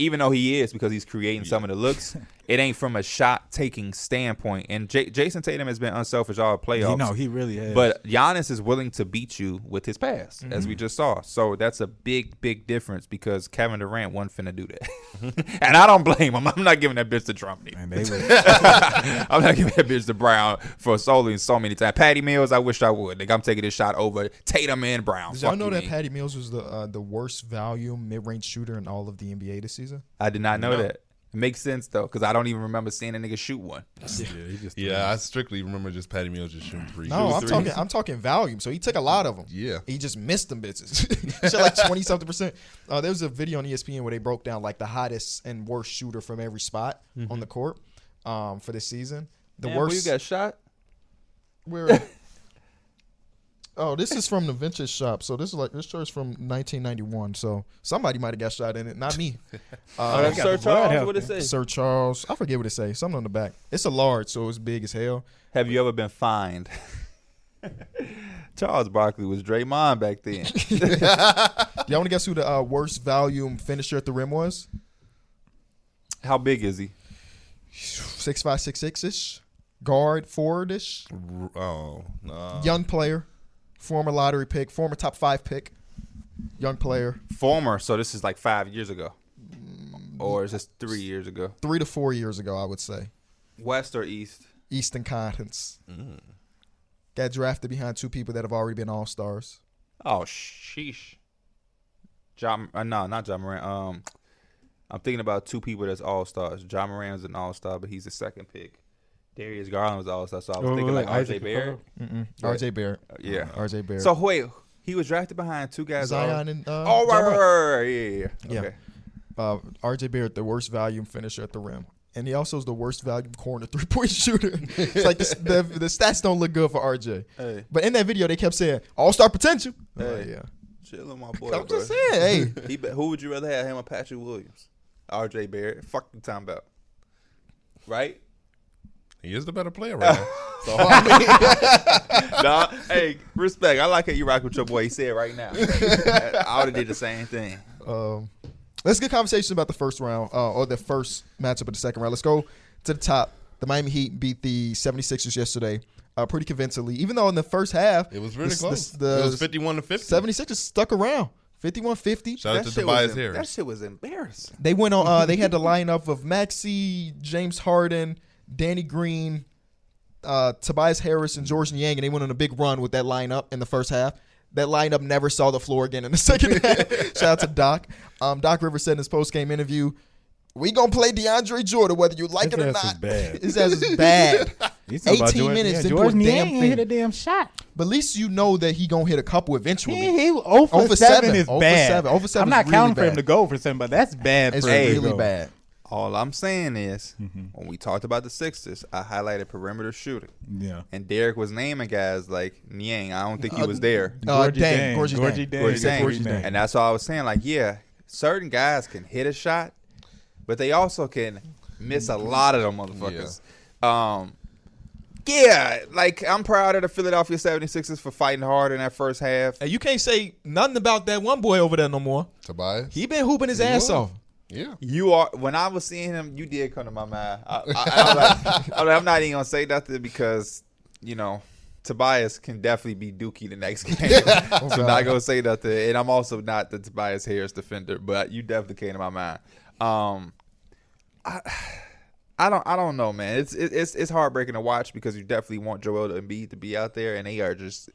B: Even though he is because he's creating some of the looks, it ain't from a shot taking standpoint. And J- Jason Tatum has been unselfish all playoffs.
D: You know, he really has.
B: But Giannis is willing to beat you with his pass, as
A: Mm-hmm.
B: we just saw. So that's a big, big difference because Kevin Durant wasn't finna do that. and I don't blame him. I'm not giving that bitch to Trump. neither.
D: and they were.
B: I'm not giving that bitch to Brown for soloing so many times. Patty Mills, I wish I would. Like I'm taking this shot over Tatum and Brown.
A: Did y'all
B: Fuck
A: know
B: you,
A: that
B: man.
A: Patty Mills was the uh, the worst value mid range shooter in all of the NBA this season?
B: I did not know that. It makes sense though, because I don't even remember seeing a nigga shoot one.
D: yeah, he just
C: Yeah, I strictly remember just Patty Mills just shooting three.
A: No, I'm talking I'm talking volume. So he took a lot of them.
C: Yeah.
A: he just missed them bitches. Shot like twenty something percent. Uh, there was a video on ESPN where they broke down like the hottest and worst shooter from every spot on the court um, for this season. The worst.
B: you got shot?
A: where- oh, this is from the vintage shop. So this is like this shirt's from 1991. So somebody might have got shot in it, not me. Uh,
B: Oh, that's Sir
D: blood
B: Charles. What it
D: helping.
B: say?
A: Sir Charles, I forget what it say. Something on the back. It's a large, so it's big as hell.
B: Have you ever been fined? Charles Barkley was Draymond back then.
A: Y'all want to guess who the uh, worst volume finisher at the rim was?
B: How big is he?
A: Six five, six six ish, guard, forward ish,
C: Oh, no.
A: young player, former lottery pick, former top five pick, young player,
B: Former, so this is like five years ago, or is this three years ago?
A: three to four years ago, I would say.
B: West or East?
A: Eastern Conference.
B: Mm.
A: Got drafted behind two people that have already been all stars.
B: Oh sheesh. John, uh, no, not John Moran. Um, I'm thinking about two people that's all stars. John Moran's an all star, but he's the second pick. Darius Garland was all star, so I was
D: Wait,
B: thinking like
D: wait, wait,
B: RJ
D: Isaac
B: Barrett. Yeah.
A: RJ Barrett.
B: Uh, yeah.
A: RJ Barrett.
B: So wait, he was drafted behind two guys.
A: Zion and uh,
B: oh, right,
A: John
B: right,
A: Morant.
B: right, right, yeah, yeah, yeah.
A: Yeah.
B: Okay.
A: uh, RJ Barrett, the worst volume finisher at the rim. And he also is the worst volume corner three point shooter. it's like the, the, the stats don't look good for RJ.
B: Hey.
A: But in that video, they kept saying all star potential. I'm like,
B: Hey.
A: yeah,
B: Chill on my boy.
A: I'm just
B: bro.
A: saying. Hey,
B: He be- who would you rather have him or Patrick Williams? R.J. Barrett. Fuck the time about. Right?
C: he is the better player right now. So
B: nah, hey, respect. I like how you rock with your boy. He said right now. I would have did the same thing.
A: um, let's get conversation about the first round uh, or the first matchup of the second round. Let's go to the top. The Miami Heat beat the 76ers yesterday uh, pretty convincingly, even though in the first half
C: it was really
A: the- the-
C: close.
A: the
C: it was fifty-one to fifty.
A: 76ers stuck around 51 50.
C: Shout out
B: That
C: to
B: shit was
C: Tobias
B: em- That
C: Harris.
B: shit was embarrassing.
A: They went on. Uh, they had the lineup of Maxi, James Harden, Danny Green, uh, Tobias Harris, and George Yang, and they went on a big run with that lineup in the first half. That lineup never saw the floor again in the second half. Shout out to Doc. Um, Doc Rivers said in his post game interview, "We gonna play DeAndre Jordan whether you like
D: His
A: it or
D: ass is
A: not.
D: bad.
A: his ass is bad.
D: He's talking about
A: 18
D: Jordan-
A: minutes
D: Yeah,
A: didn't do a
D: Jordan
A: damn
D: Yang
A: thing.
D: hit a damn shot.
A: But at least you know that he gonna hit a couple eventually.
D: He, he 0 for,
A: 0 for
D: 7,
A: seven.
D: is
A: 0 for
D: bad.
A: seven. 0 for seven
D: I'm
A: is
D: not
A: really
D: counting for
A: bad.
D: him to go for seven, but that's bad.
A: It's
D: for him to
A: really
D: go.
A: bad.
B: All I'm saying is, when we talked about the Sixers, I highlighted perimeter shooting.
D: Yeah.
B: And Derek was naming guys like Niang. I don't think he was there.
A: Uh,
D: Gorgie
A: Dang,
D: Dang,
A: Gorgie
D: Gorgie
A: Dang.
D: Dang.
B: Gorgie
D: Gorgie
B: Dang.
D: Dang.
B: And that's why I was saying, like, yeah, certain guys can hit a shot, but they also can miss a lot of them motherfuckers. Um, yeah, like I'm proud of the Philadelphia 76ers for fighting hard in that first half.
A: And you can't say nothing about that one boy over there no more.
C: Tobias.
A: He been hooping his
C: He
A: ass
C: was.
A: off.
C: Yeah.
B: You are when I was seeing him, you did come to my mind. I, I, I, am like, I'm not even gonna say nothing because you know Tobias can definitely be Dookie the next game. so not gonna say nothing. And I'm also not the Tobias Harris defender, but you definitely came to my mind. Um, I, I don't I don't know, man. It's it, it's it's heartbreaking to watch because you definitely want Joel and Embiid to be out there, and they are just.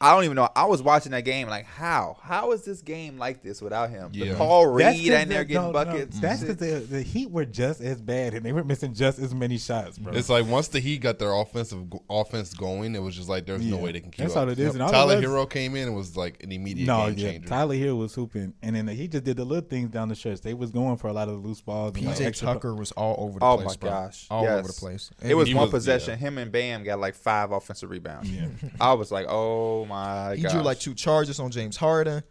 B: I don't even know. I was watching that game like how how is this game like this without him?
C: Yeah.
B: The Paul
D: 'cause
B: Reed and they're
D: the-
B: getting
D: no, no,
B: buckets. and
D: that's
B: shit.
D: because the, the Heat were just as bad, and they were missing just as many shots, bro.
C: It's like once the Heat got their offensive offense going, it was just like there's no
D: Yeah.
C: way they can keep
D: That's
C: up.
D: all it is. And all
C: Tyler
D: of us-
C: Hero came in and was like an immediate
D: no,
C: game
D: yeah.
C: changer.
D: Tyler here was hooping, and then he just did the little things down the stretch. They was going for a lot of the loose balls. and, like,
A: PJ
D: extra-
A: Tucker was all over the
B: Oh
A: place.
B: my
A: bro.
B: gosh.
A: all
B: Yes.
A: over the place.
B: It was
C: He
B: one
C: was-
B: possession. Him and Bam got like five offensive rebounds.
D: Yeah.
B: I was like, oh my
A: He
B: god.
A: drew like two charges on James Harden.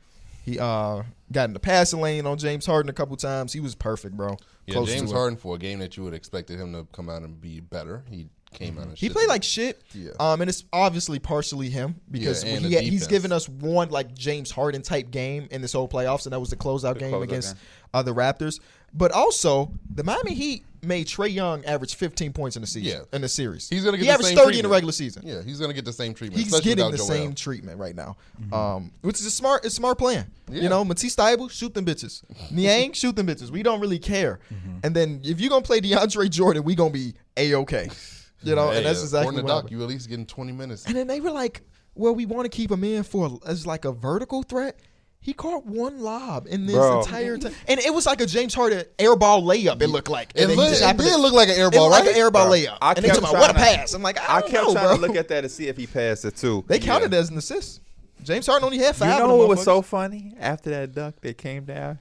A: He uh got in the passing lane on James Harden a couple times. He was perfect, bro.
C: Yeah,
A: Close
C: James
A: to it.
C: Harden for a game that you would expected him to come out and be better. He came out and
A: Mm-hmm. He
C: shit
A: played
C: the-
A: like shit.
C: Yeah.
A: Um, and it's obviously partially him because
C: Yeah, and
A: he
C: the
A: had- he's
C: defense.
A: given us one like James Harden type game in this whole playoffs, and that was the closeout game
B: closeout
A: against
B: game.
A: uh, the Raptors. But also, the Miami Heat made Trey Young average 15 points in the season
C: Yeah.
A: in the series.
C: He's gonna get
A: he
C: the
A: averaged
C: same
A: 30 in the
C: treatment.
A: regular season.
C: Yeah, he's gonna get the same treatment.
A: He's
C: especially
A: getting the
C: without Joel. Mm-hmm.
A: same treatment right now, um, which is a smart, it's smart plan.
C: Yeah.
A: You know, Matisse Thybulle, shoot them bitches. Niang, shoot them bitches. We don't really care.
C: Mm-hmm.
A: And then if you're gonna play DeAndre Jordan, we gonna be a okay. You know,
C: Hey,
A: and that's
C: uh,
A: exactly
C: according
A: what
C: to
A: happened.
C: Doc, you at least getting 20 minutes.
A: And then they were like, "Well, we want to keep him in for as like a vertical threat." He caught one lob in this
B: Bro.
A: entire time, and it was like a James Harden airball layup. It looked like
C: It,
A: And then he
C: look,
A: just
C: it
A: happened
C: did
A: to-
C: look like an
A: it
C: airball,
A: looked like
C: right?
A: an airball
B: Bro,
A: layup.
B: I
A: and they
B: kept
A: talking about what a
B: trying to-
A: pass. I'm like, I,
B: I
A: don't
B: kept
A: know,
B: trying
A: bro.
B: to look at that and see if he passed it too.
A: They counted as an assist. James Harden only had
B: You
A: five.
B: know
A: of
B: what
A: them
B: was so
A: motherfuckers.
B: funny? After that dunk that came down,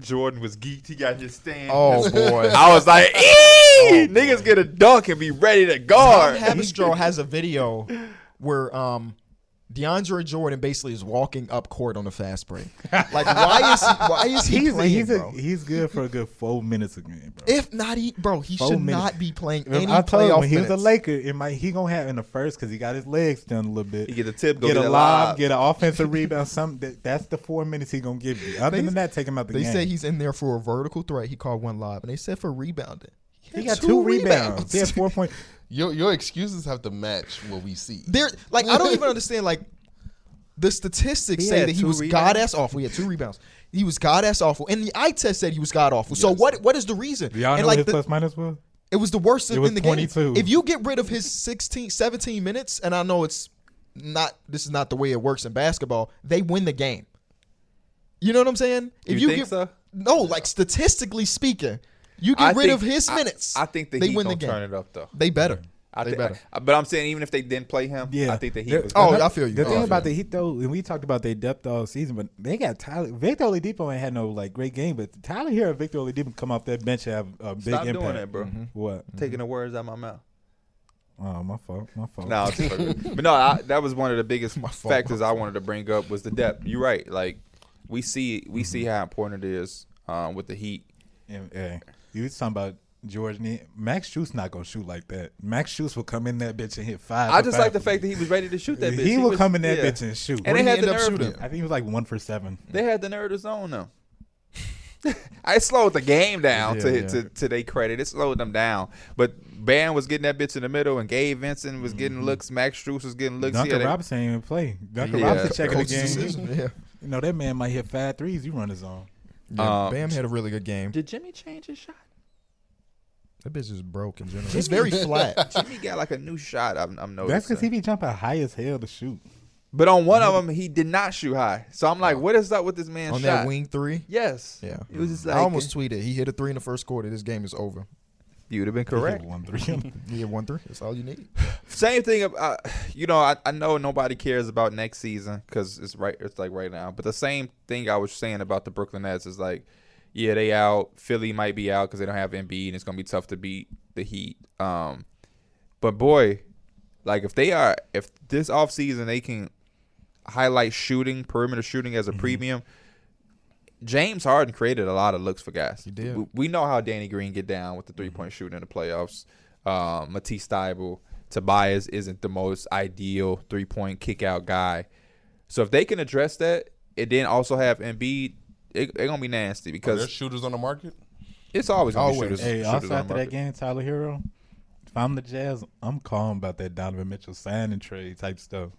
B: Jordan was geeked. He got his stand.
A: Oh boy. Oh,
B: I was like, ee! niggas get a dunk and be ready to
A: Tom
B: guard.
A: Haberstroh has a video where um, DeAndre Jordan basically is walking up court on a fast break. Like, why is he, why is he
D: He's
A: playing,
D: he's, a,
A: bro?
D: he's good for a good four minutes again, bro.
A: If not, he bro, he
D: Four
A: should
D: minutes.
A: not be playing
D: I
A: any
D: told you
A: playoff
D: when he was a
A: minutes.
D: Laker, it might he gonna have in the first because he got his legs done a little bit.
B: He get a tip, go
D: get, a
B: that
D: lob,
B: lob.
D: get an offensive rebound. Some that, that's the four minutes he gonna give you. Other
A: They-
D: than that, take him out the
A: They
D: game.
A: say he's in there for a vertical threat. He caught one lob, and they said for rebounding.
D: he
A: had
D: got two, rebounds. He had four points.
C: Your, your excuses have to match what we see.
A: There, like I don't even understand. Like the statistics
B: He
A: say
B: had
A: that he
B: two
A: was
B: rebounds?
A: god ass awful. He had two rebounds. He was god ass awful, and the eye test said he was god awful. So what? What is the reason?
D: Do y'all
A: and
D: know
A: like
D: his
A: the-
D: plus minus was?
A: it was the worst
D: It was
A: in the
D: 22.
A: game. If you get rid of his 16, 17 minutes, and I know it's not. This is not the way it works in basketball. They win the game. You know what I'm saying? If
B: You think so?
A: No, like statistically speaking, you get
B: I
A: rid
B: think-
A: of his
B: I-
A: minutes.
B: I, think the
A: they
B: Heat
A: win the
B: gonna
A: game.
B: turn it up though.
A: They better.
B: I
A: they
B: think,
A: better.
B: but I'm saying even if they didn't play him,
D: Yeah,
B: I think the Heat.
D: They're-
B: was
A: Oh,
D: the-
A: I feel you.
D: The
A: Oh,
D: thing
A: I
D: about
A: feel
D: the Heat though, and we talked about their depth all season, but they got Tyler Victor Oladipo ain't had no like great game, but Tyler here and Victor Oladipo come off that bench and have a big
B: Stop
D: impact.
B: doing that, bro. Mm-hmm.
D: What?
B: Taking the words out of my mouth.
D: Oh, my fault. My fault.
B: No, it's perfect. but no, I, that was one of the biggest
A: fault,
B: factors I wanted to bring up was the depth. You're right. Like we see, we see how important it is um, with the Heat.
D: Yeah, yeah. You was talking about George Ne- Max Schutz not gonna shoot like that. Max Schutz will come in that bitch and hit five.
B: I
D: for
B: just
D: five.
B: like the fact that he was ready to shoot that bitch.
D: He will
B: was-
D: come in that
B: yeah.
D: bitch and shoot.
B: And
D: What
B: they
D: did
B: had
A: he
B: the
A: end up
B: nerve.
A: shooting?
B: To,
D: I think he was like one for seven.
B: they had the nerve to zone them. I slowed the game down to,
D: Yeah, yeah.
B: to to their credit. It slowed them down. But Bam was getting that bitch in the middle, and Gabe Vincent was getting looks. Max Strus was getting looks.
D: Duncan
B: Yeah, they-
D: Robinson ain't even play. Duncan
B: Yeah.
D: Robinson checking the
A: Coach's
D: game.
A: decision, Yeah.
D: You know that man might hit five threes. You run his own.
A: Yeah,
B: Um,
A: Bam had a really good game.
B: Did Jimmy change his shot?
A: That bitch is broke in general. It's very flat.
B: Jimmy got like a new shot. I'm, I'm noticing.
D: That's because he be jumping high as hell to shoot.
B: But on one of them, he did not shoot high. So I'm like, what is up with this man?
A: Oh. On
B: shot?
A: that wing three.
B: Yes.
A: Yeah.
B: It was just like
A: I almost tweeted. He hit a three in the first quarter. This game is over.
B: you'd have been
D: He hit
B: correct.
D: One three.
A: He hit one three. That's all you need.
B: Same thing. Uh, you know, I, I know nobody cares about next season because it's right. It's like right now. But the same thing I was saying about the Brooklyn Nets is like, yeah, they out. Philly might be out because they don't have Embiid, and it's gonna be tough to beat the Heat. Um, but boy, like if they are, if this offseason they can highlight shooting, perimeter shooting as a premium, James Harden created a lot of looks for guys. He
D: did.
B: We, we know how Danny Green get down with the three point shooting in the playoffs. Um, Matisse Thybulle, Tobias isn't the most ideal three point kick out guy. So if they can address that, and then also have Embiid, it, they're gonna be nasty
C: Are there
B: because
C: shooters on the market?
B: it's always gonna
C: Always.
B: be shooters.
D: Hey,
B: shooters
D: also
B: on the
D: after that
B: market.
D: game, Tyler Hero. If I'm the Jazz, I'm calm about that Donovan Mitchell sign and trade type stuff.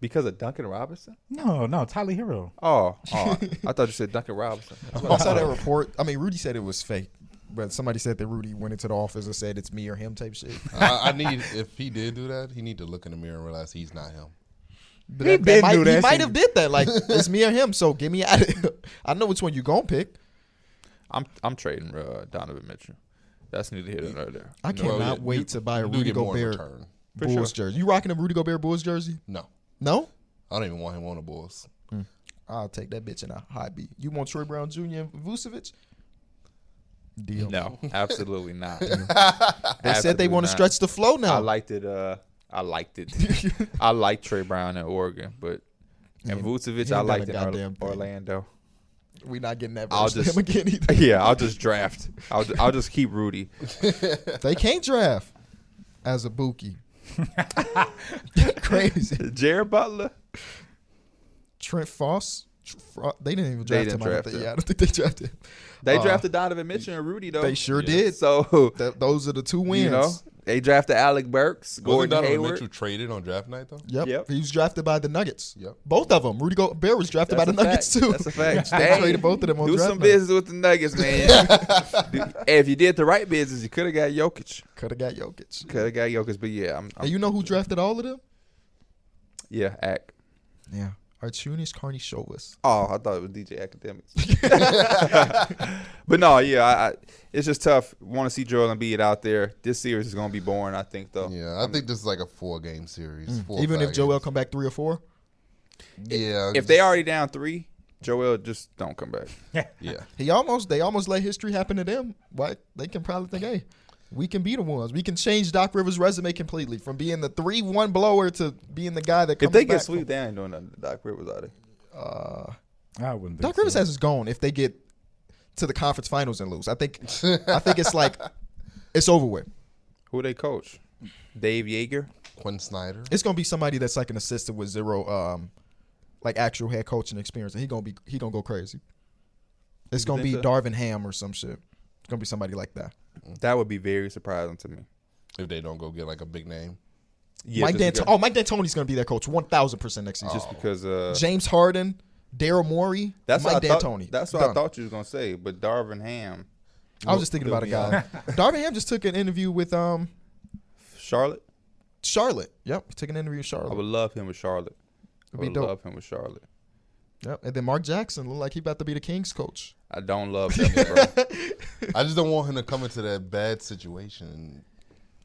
B: because of Duncan Robinson.
D: No, no, Tyler Hero.
B: Oh, oh I thought you said Duncan Robinson. That's what
A: I
B: I
A: saw that report. I mean, Rudy said it was fake, but somebody said that Rudy went into the office and said it's me or him type shit.
C: I, I need if he did do that, he need to look in the mirror and realize he's not him.
A: But
D: He
A: that,
D: been
A: that might,
D: do that
A: He might
D: shit.
A: have did that. Like it's me or him. So get me out of here. I know which one you gonna pick.
B: I'm I'm trading uh, Donovan Mitchell. That's neither here nor there.
A: I cannot
C: yeah,
A: wait
C: you-
A: to buy a
C: you do
A: Rudy
C: get more in
A: Gobert
C: return.
B: For
A: Bulls jersey. You rocking a Rudy Gobert Bulls jersey?
C: No,
A: No.
C: I don't even want him on the Bulls.
A: I'll take that bitch in a high beat. You want Troy Brown Jr. and Vucevic? Deal.
B: No, absolutely not.
A: They said they want to stretch the flow now.
B: I liked it. Uh, I liked it. I liked Trey Brown in Oregon, but and
A: He-
B: Vucevic,
A: he
B: I
A: ain't
B: liked in
A: done a
B: Orla-
A: goddamn thing.
B: Orlando.
A: We're not getting that
B: I'll
A: version of
B: just-
A: him again either.
B: yeah, I'll just draft. I'll ju- I'll just keep Rudy.
A: They can't draft as a bookie. Crazy.
B: Jared Butler.
A: Trent Foss. Tr- Fro- They didn't even
B: They
A: draft
B: didn't
A: him. I don't
B: draft
A: think.
B: him.
A: Yeah, I don't think they drafted him.
B: They
A: Uh,
B: drafted Donovan Mitchell and Rudy though.
A: They sure did.
B: So
A: Th- those are the two wins.
B: you know they drafted Alec Burks,
C: Wasn't
B: Gordon
C: Donovan
B: Hayward.
C: Mitchell traded on draft night though?
A: Yep.
B: Yep.
A: He was drafted by the Nuggets.
C: Yep.
A: Both of them. Rudy Gobert was drafted by
B: That's
A: the
B: a
A: Nuggets
B: fact.
A: too.
B: That's a fact.
A: They
B: Dang.
A: traded both of them on
B: Do
A: draft
B: some
A: night.
B: business with the Nuggets, man. Do- if you did the right business, you could have got Jokic.
A: Could have got Jokic.
B: Could have got Jokic, but yeah, I'm, I'm
A: And you know who drafted all of them?
B: yeah, act.
A: Yeah. Artunis Carney Showus.
B: Oh, I thought it was DJ Academics. but no, yeah, I, I, it's just tough. Want to see Joel Embiid out there. This series is gonna be boring, I think, though.
C: Yeah, I think this is like a four game series. Four or
A: Mm. Even
C: five
A: if Joel come back three or four.
C: games. yeah,
B: If they already down three, Joel just don't come back.
C: yeah,
A: He almost they almost let history happen to them. Why they can probably think, hey, we can be the ones. We can change Doc Rivers' resume completely from being the three one blower to being the guy that comes
B: If they
A: back uh,
B: get sweep, they ain't doing nothing. to Doc Rivers out there.
D: I wouldn't. Think
A: Doc Rivers
D: so.
A: has his gone if they get to the conference finals and lose. I think I think it's like it's over with.
B: Who they coach? Dave Yeager.
C: Quinn Snyder.
A: It's gonna be somebody that's like an assistant with zero um like actual head coaching experience and he gonna be he gonna go crazy. It's gonna be
B: think
A: Darvin Ham or some shit. It's gonna be somebody like that.
B: That would be very surprising to me.
C: If they don't go get like a big name,
B: Yeah,
A: Mike
B: just
A: D'Antoni.
B: because-
A: Oh, Mike D'Antoni's gonna be their coach, one thousand percent next season.
B: just because uh,
A: James Harden, Daryl Morey,
B: that's
A: Mike
B: what I
A: D'Antoni.
B: thought, that's what
A: Done.
B: I thought you was gonna say. But Darvin Ham,
A: I was just thinking about a guy. Darvin Ham just took an interview with um
B: Charlotte.
A: Charlotte. Yep, he took an interview with
B: I
A: Charlotte.
B: would love him with Charlotte. I
A: It'd be
B: would
A: dope.
B: love him with Charlotte.
A: Yep, and then Mark Jackson looked like he about to be the Kings coach.
B: I don't love that, bro.
C: I just don't want him to come into that bad situation.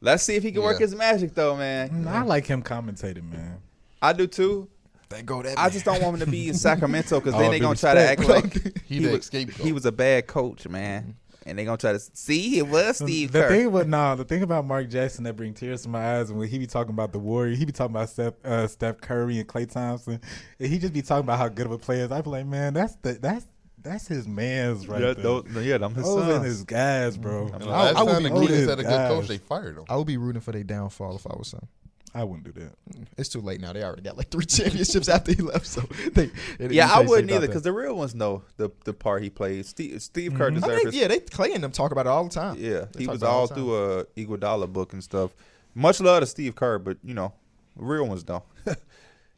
B: Let's see if he can work
C: Yeah.
B: his magic though, man.
D: Mm, I like him commentating, man.
B: I do too.
A: They go that.
B: I just don't want him to Oh, be in Sacramento because
D: All
B: then they
D: due
B: gonna try to act
A: respect,
B: like
C: He, the
B: was,
C: scapegoat.
B: he was a bad coach, man. And they gonna try to see it was Steve
D: the
B: Kerr.
D: thing with nah, the thing about Mark Jackson that bring tears to my eyes and when he be talking about the Warrior, he be talking about Steph, uh, Steph Curry and Clay Thompson, and he just be talking about how good of a player. is. I be like, man, that's the that's that's his man's right
B: yeah,
D: there.
B: those, yeah, them his
D: Those are
B: sons.
D: his guys, bro.
C: And the
D: Mm-hmm. I,
C: last
A: I would
C: time
A: be
C: the Kings
D: rooting,
C: had a good coach,
D: guys.
C: they fired him.
A: I would be rooting for their downfall if I was him.
D: I wouldn't do that.
A: It's too late now. They already got like three championships after he left. So they, it-
B: Yeah,
A: you
B: I
A: can't say
B: wouldn't
A: about
B: either
A: that.
B: because the real ones know the the part he played. Steve, Steve Kerr
A: Mm-hmm. I
B: deserves
A: think
B: his
A: yeah, they Clay and them talk about it all the time.
B: Yeah,
A: They
B: he
A: talk
B: was
A: about it
B: all
A: the
B: through a Iguodala book and stuff. Much love to Steve Kerr, but you know, real ones don't.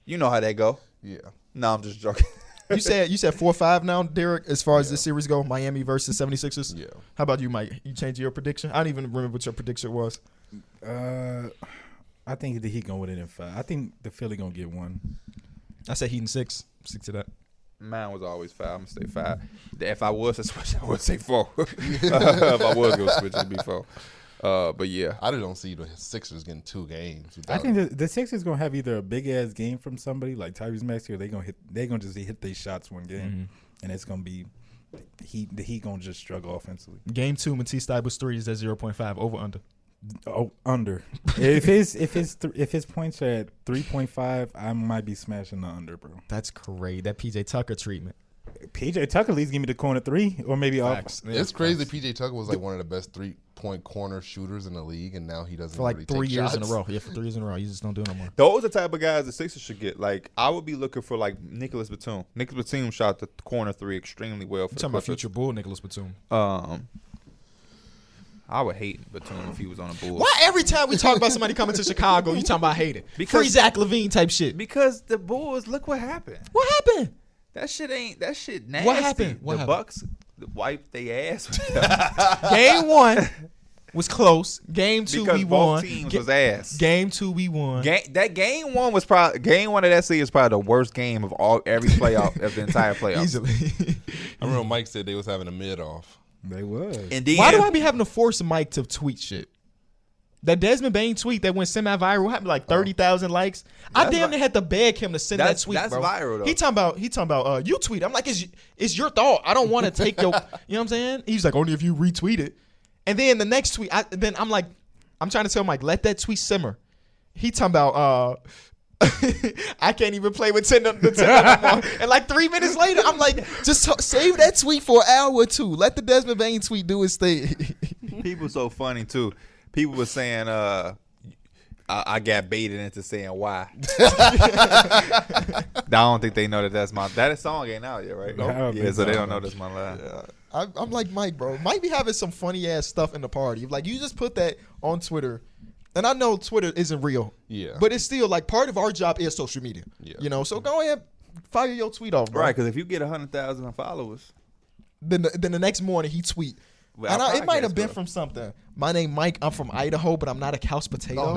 B: you know how that go.
C: Yeah,
B: No, I'm just joking.
A: time. You said you said four five now, Derek. As far as this series go, Miami versus 76ers.
C: yeah.
A: How about you, Mike? You changed your prediction. I don't even remember what your prediction was.
D: Uh, I think that he gonna win it in five. I think the Philly gonna get one.
A: I said Heat in six. Stick to that.
B: Mine was always five. I'm gonna stay five. If I was to switch, I would say four. if I was gonna switch, it'd be four. Uh, but yeah,
C: I just don't see the Sixers getting two games.
D: I
C: Without
D: think the, the Sixers gonna have either a big ass game from somebody like Tyrese Maxey, or they gonna hit. They gonna just hit their shots one game, and it's gonna be he. The Heat gonna just struggle offensively.
A: Game two, Matisse Thybulle's three is at zero point five over under.
D: Oh, under. if his if his th- if his points are at three point five, I might be smashing the under, bro.
A: That's crazy. That PJ Tucker treatment.
D: PJ Tucker at least give me the corner three or maybe off.
B: Facts. Yeah,
C: It's crazy. PJ Tucker was like one of the best three point corner shooters in the league, and now he doesn't
A: for like
C: really
A: three
C: take
A: years in a
C: shots.
A: row. Yeah, for three years in a row, you just don't do it no more.
B: Those are the type of guys the Sixers should get. Like I would be looking for like Nicholas Batum. Nicholas Batum shot the corner three extremely well for
A: You're
B: the
A: talking about
B: Clippers.
A: future bull Nicholas Batum.
B: Um, I would hate Batum if he was on a Bulls.
A: Why every time we talk about somebody coming to Chicago, you talking about hating?
B: Because-
A: Free Zach Levine type shit.
B: Because the Bulls, look what happened.
A: What happened?
B: That shit ain't that shit nasty.
A: happened? What
B: the
A: happened?
B: Bucks wiped their ass. with them.
A: Game one was close. Game two
B: because
A: we
B: both
A: won.
B: teams
A: Ga-
B: was ass.
A: Game two we won.
B: Game, that game one was probably game one of that series is probably the worst game of all every playoff of the entire playoff.
A: Easily.
C: I remember Mike said they was having a mid off.
D: They was.
B: And then,
A: Why do I be having to force Mike to tweet shit? That Desmond Bain tweet that went semi-viral had like thirty thousand likes. I
B: Oh. That's
A: damn
B: vi-
A: near had to beg him to send
B: That's-
A: that tweet.
B: that's
A: bro.
B: viral, though.
A: He talking about he talking about uh, you tweet. I'm like, it's it's your thought. I don't want to take your. You know what I'm saying? He's like, only if you retweet it. And then the next tweet, I, then I'm like, I'm trying to tell Mike, let that tweet simmer. He talking about. uh I can't even play with ten, the 10 no more. And like three minutes later, I'm like, just t- save that tweet for an hour or two. Let the Desmond Bain tweet do his thing.
B: people so funny too. People were saying, uh, I, I got baited into saying why. I don't think they know that that's my that song ain't out yet, right?
D: No. I don't
B: Yeah,
D: think
B: so they
D: so.
B: don't know that's my line.
A: I, I'm like Mike, bro. Mike be having some funny ass stuff in the party. Like you just put that on Twitter, and I know Twitter isn't real.
C: Yeah.
A: But it's still like part of our job is social media.
C: Yeah.
A: You know, so go ahead, fire your tweet off, bro.
B: Right, because if you get hundred thousand followers,
A: Then the, then the next morning he tweet.
B: Well,
A: and
B: our
A: I, it might have
B: podcast,
A: been
B: bro.
A: from something. My name Mike. I'm from Idaho, but I'm not a couch potato.
C: Oh,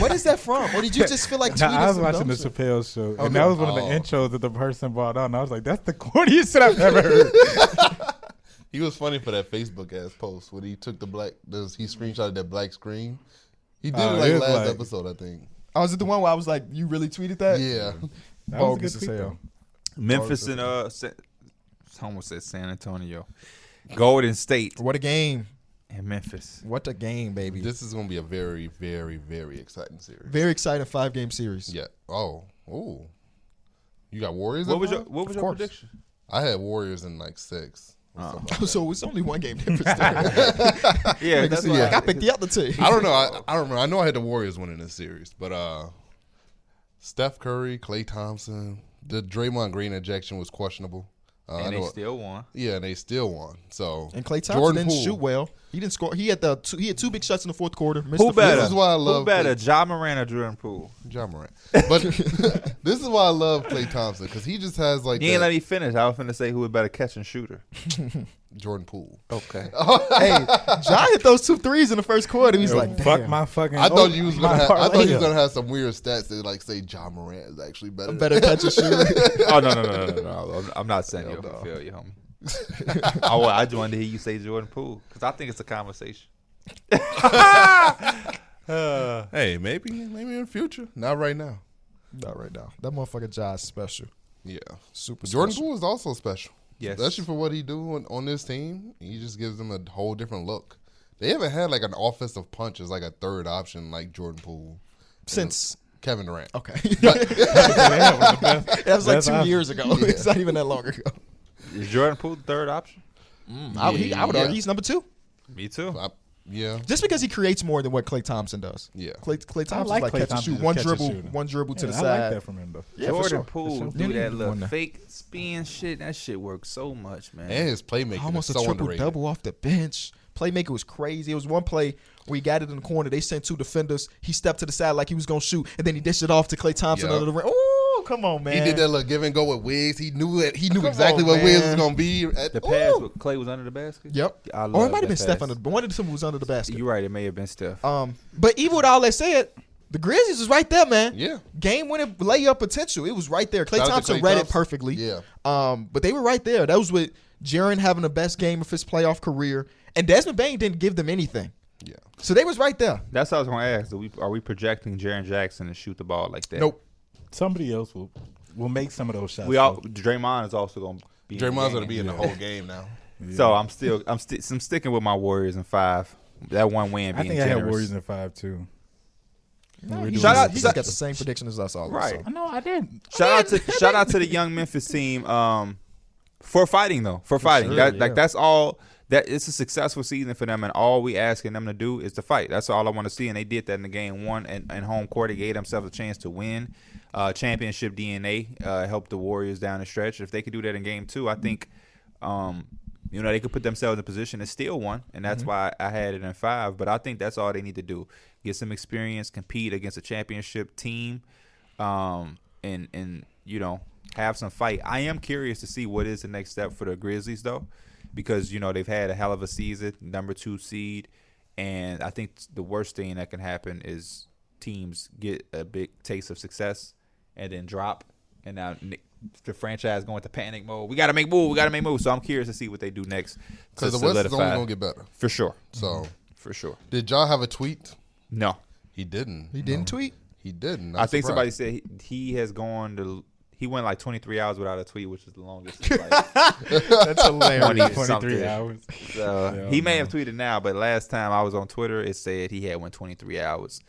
A: What is that from? Or did you just feel like tweeting?
D: Nah, I was
A: some
D: watching
A: dumb
D: the
A: shit?
D: Chappelle show, and
A: Okay.
D: that was one of the
C: Oh.
D: intros that the person brought on. I was like, "That's the corniest shit I've ever heard."
C: He was funny for that Facebook ass post when he took the black. Does he screenshotted that black screen? He did it
D: Oh, it
C: like
D: was
C: last
D: like-
C: episode, I think.
A: Oh, was it the one where I was like, "You really tweeted that?"
C: Yeah,
D: That was a
A: Bogus
D: good
A: as
D: tweet,
A: hell.
B: Memphis and uh, Sa- someone said San Antonio, Golden State,
A: What a game!
B: and Memphis.
A: What a game, baby!
C: this is gonna be a very, very, very exciting series.
A: Very exciting five game series.
C: Yeah. Oh, oh. You got Warriors.
B: What
C: in
B: was your
C: five?
B: What was your
A: course.
B: prediction?
C: I had Warriors in like six. or something like
A: Oh, so it's only one game difference. there.
B: Yeah,
A: Like,
B: that's
A: so,
B: why-
A: like, I picked the other two.
C: that. I don't know. I, I don't remember. I know I had the Warriors winning this series, but uh, Steph Curry, Clay Thompson, the Draymond Green ejection was questionable. Uh, I
B: And they
C: know-
B: still won.
C: yeah, and they still won. So
A: And Clay Thompson didn't shoot well. He didn't score. He had the two, he had two big shots in the fourth quarter. Missed
B: Who
A: the field.
B: better?
C: is why I
B: Who
C: love
B: better,
C: Clay-
B: Ja Moran or Jordan Poole?
C: John Morant. But this is why I love Clay Thompson because he just has like
B: You ain't
C: that
B: let me finish. I was finna say who a better catch and shooter. Oh,
C: Jordan Poole.
B: Okay.
A: Hey, John hit those two threes in the first quarter. He's
D: Yo,
A: like,
D: fuck
A: damn,
D: my fucking. oh,
C: I thought you was
D: my
C: gonna. Have, I thought
D: parlay.
C: you was gonna have some weird stats that like say John Morant is actually better. than-
A: better catch a shooter.
B: oh no no no no no! no. I'm, I'm not saying you're for failure, homie. I, wa- I just wanted to hear you say Jordan Poole because I think it's a conversation.
C: Hey, maybe maybe in the future, not right now.
A: Not right now. That motherfucker John's special.
C: Yeah,
A: Super
C: Jordan
A: special.
C: Poole is also special.
B: Yes.
C: especially for what he do on, on this team, he just gives them a whole different look. They haven't had like an offensive punch as like a third option like Jordan Poole
A: since.
C: Kevin Durant.
A: Okay, that was like
D: That's
A: two
D: awesome.
A: years ago. It's not even that long ago.
B: Is Jordan Poole the third option?
A: Um, I, he, I would
C: Yeah.
A: argue he's number two,
B: Me too.
C: I- yeah,
A: just because he creates more than what Clay Thompson does.
C: Yeah.
A: Clay, Claay Thompson's
D: like
A: like,
D: Klay
A: catch and
D: Thompson.
A: shoot, one
D: Catch and
A: dribble,
D: shoot.
A: one dribble to
D: Yeah,
A: the
D: I
A: side.
D: like that from him though.
A: Yeah, for
B: Jordan
A: sure.
B: Poole
A: For sure.
B: do that little
A: One now.
B: fake spin shit. That shit works so much, man.
C: and his playmaking
A: almost
C: is
A: a
C: so
A: triple
C: underrated.
A: double off the bench. Playmaker was crazy. It was one play where he got it in the corner. They sent two defenders. He stepped to the side like he was gonna shoot, and then he dished it off to Clay Thompson
C: Yup.
A: under the rim. Oh, come on, man!
C: He did that little give and go with Wiggs. He knew it. He knew
A: Come
C: exactly
A: on,
C: what Wiggs was
A: man.
C: gonna be. At,
B: the pass
C: Ooh.
B: with Clay was under the basket.
A: Yep.
B: I love
A: Or it might have
B: that
A: been Steph
B: pass.
A: under one of them was under the basket.
B: You're right. It may have been Steph.
A: Um, but even with all that said, the Grizzlies was right there, man.
C: Yeah.
A: Game winning layup potential. It was right there. Clay
C: Shout out to
A: Thompson
C: Klay
A: read
C: Thompson.
A: it perfectly.
C: Yeah.
A: Um, but they were right there. That was with Jaron having the best game of his playoff career. And Desmond Bain didn't give them anything.
C: Yeah.
A: So they was right there.
B: That's what I was gonna ask. Are we, are we projecting Jaron Jackson to shoot the ball like that?
A: Nope.
D: Somebody else will will make some of those shots.
B: We all Draymond is also gonna be. in the
C: Draymond's gonna
B: game.
C: be in the whole game now.
B: So I'm still I'm sti I'm sticking with my Warriors in five. That one win
D: I
B: being
D: think I
B: generous.
D: had Warriors in five too.
A: No,
D: We're
A: you
D: doing
A: just-
B: Shout out-
A: you
B: shout-
A: just got the same prediction as us all.
B: Right.
A: so.
D: I know I did.
B: Shout out to shout out to the young Memphis team. Um, for fighting though for fighting
A: sure,
B: that, like
A: yeah.
B: that's all that it's a successful season for them and all we asking them to do is to fight that's all i want to see and they did that in the game one and, and home court they gave themselves a chance to win uh, championship dna uh, helped the warriors down the stretch if they could do that in game two i think um, you know they could put themselves in a position to steal one and that's
A: Mm-hmm.
B: why i had it in five but i think that's all they need to do get some experience compete against a championship team um, and and you know have some fight. I am curious to see what is the next step for the Grizzlies though, because you know they've had a hell of a season, number two seed, and I think the worst thing that can happen is teams get a big taste of success and then drop, and now Nick, the franchise going to panic mode. We got to make move. We got to make move. So I'm curious to see what they do next to
C: Because the West is only
B: solidify
C: gonna get better.
B: for sure,
C: So,
B: for sure.
C: did y'all have a tweet?
B: No,
C: He didn't.
A: He didn't tweet.
C: He didn't.
B: I think somebody
C: somebody's.
B: said he, he has gone to. He went like 23 hours without a tweet, which is the longest. like,
A: That's hilarious.
B: 20 something.
D: hours.
B: So,
D: Yeah,
B: he may have tweeted now, but last time I was on Twitter, it said he had went 23 hours.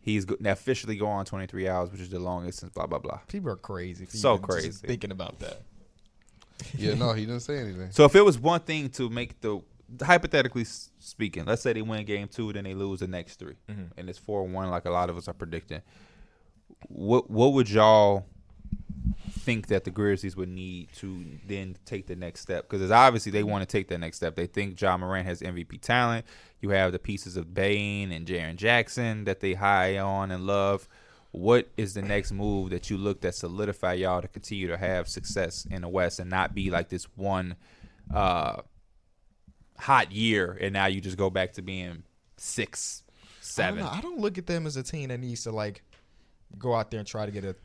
B: He's go- now officially going on 23 hours, which is the longest since blah blah blah.
A: People are crazy. for
B: So
A: even just
B: crazy.
A: thinking about that.
C: Yeah, no, he didn't say anything.
B: So if it was one thing to make the hypothetically s- speaking, let's say they win game two, then they lose the next 3 and it's four one, like a lot of us are predicting. What what would y'all think that the Grizzlies would need to then take the next step? Because it's obviously they want to take that next step. They think John Moran has MVP talent. You have the pieces of Bain and Jaron Jackson that they high on and love. What is the next move that you look that solidify y'all to continue to have success in the West and not be like this one uh, hot year and now you just go back to being six,
A: I
B: seven?
A: don't, know. I don't look at them as a team that needs to like go out there and try to get a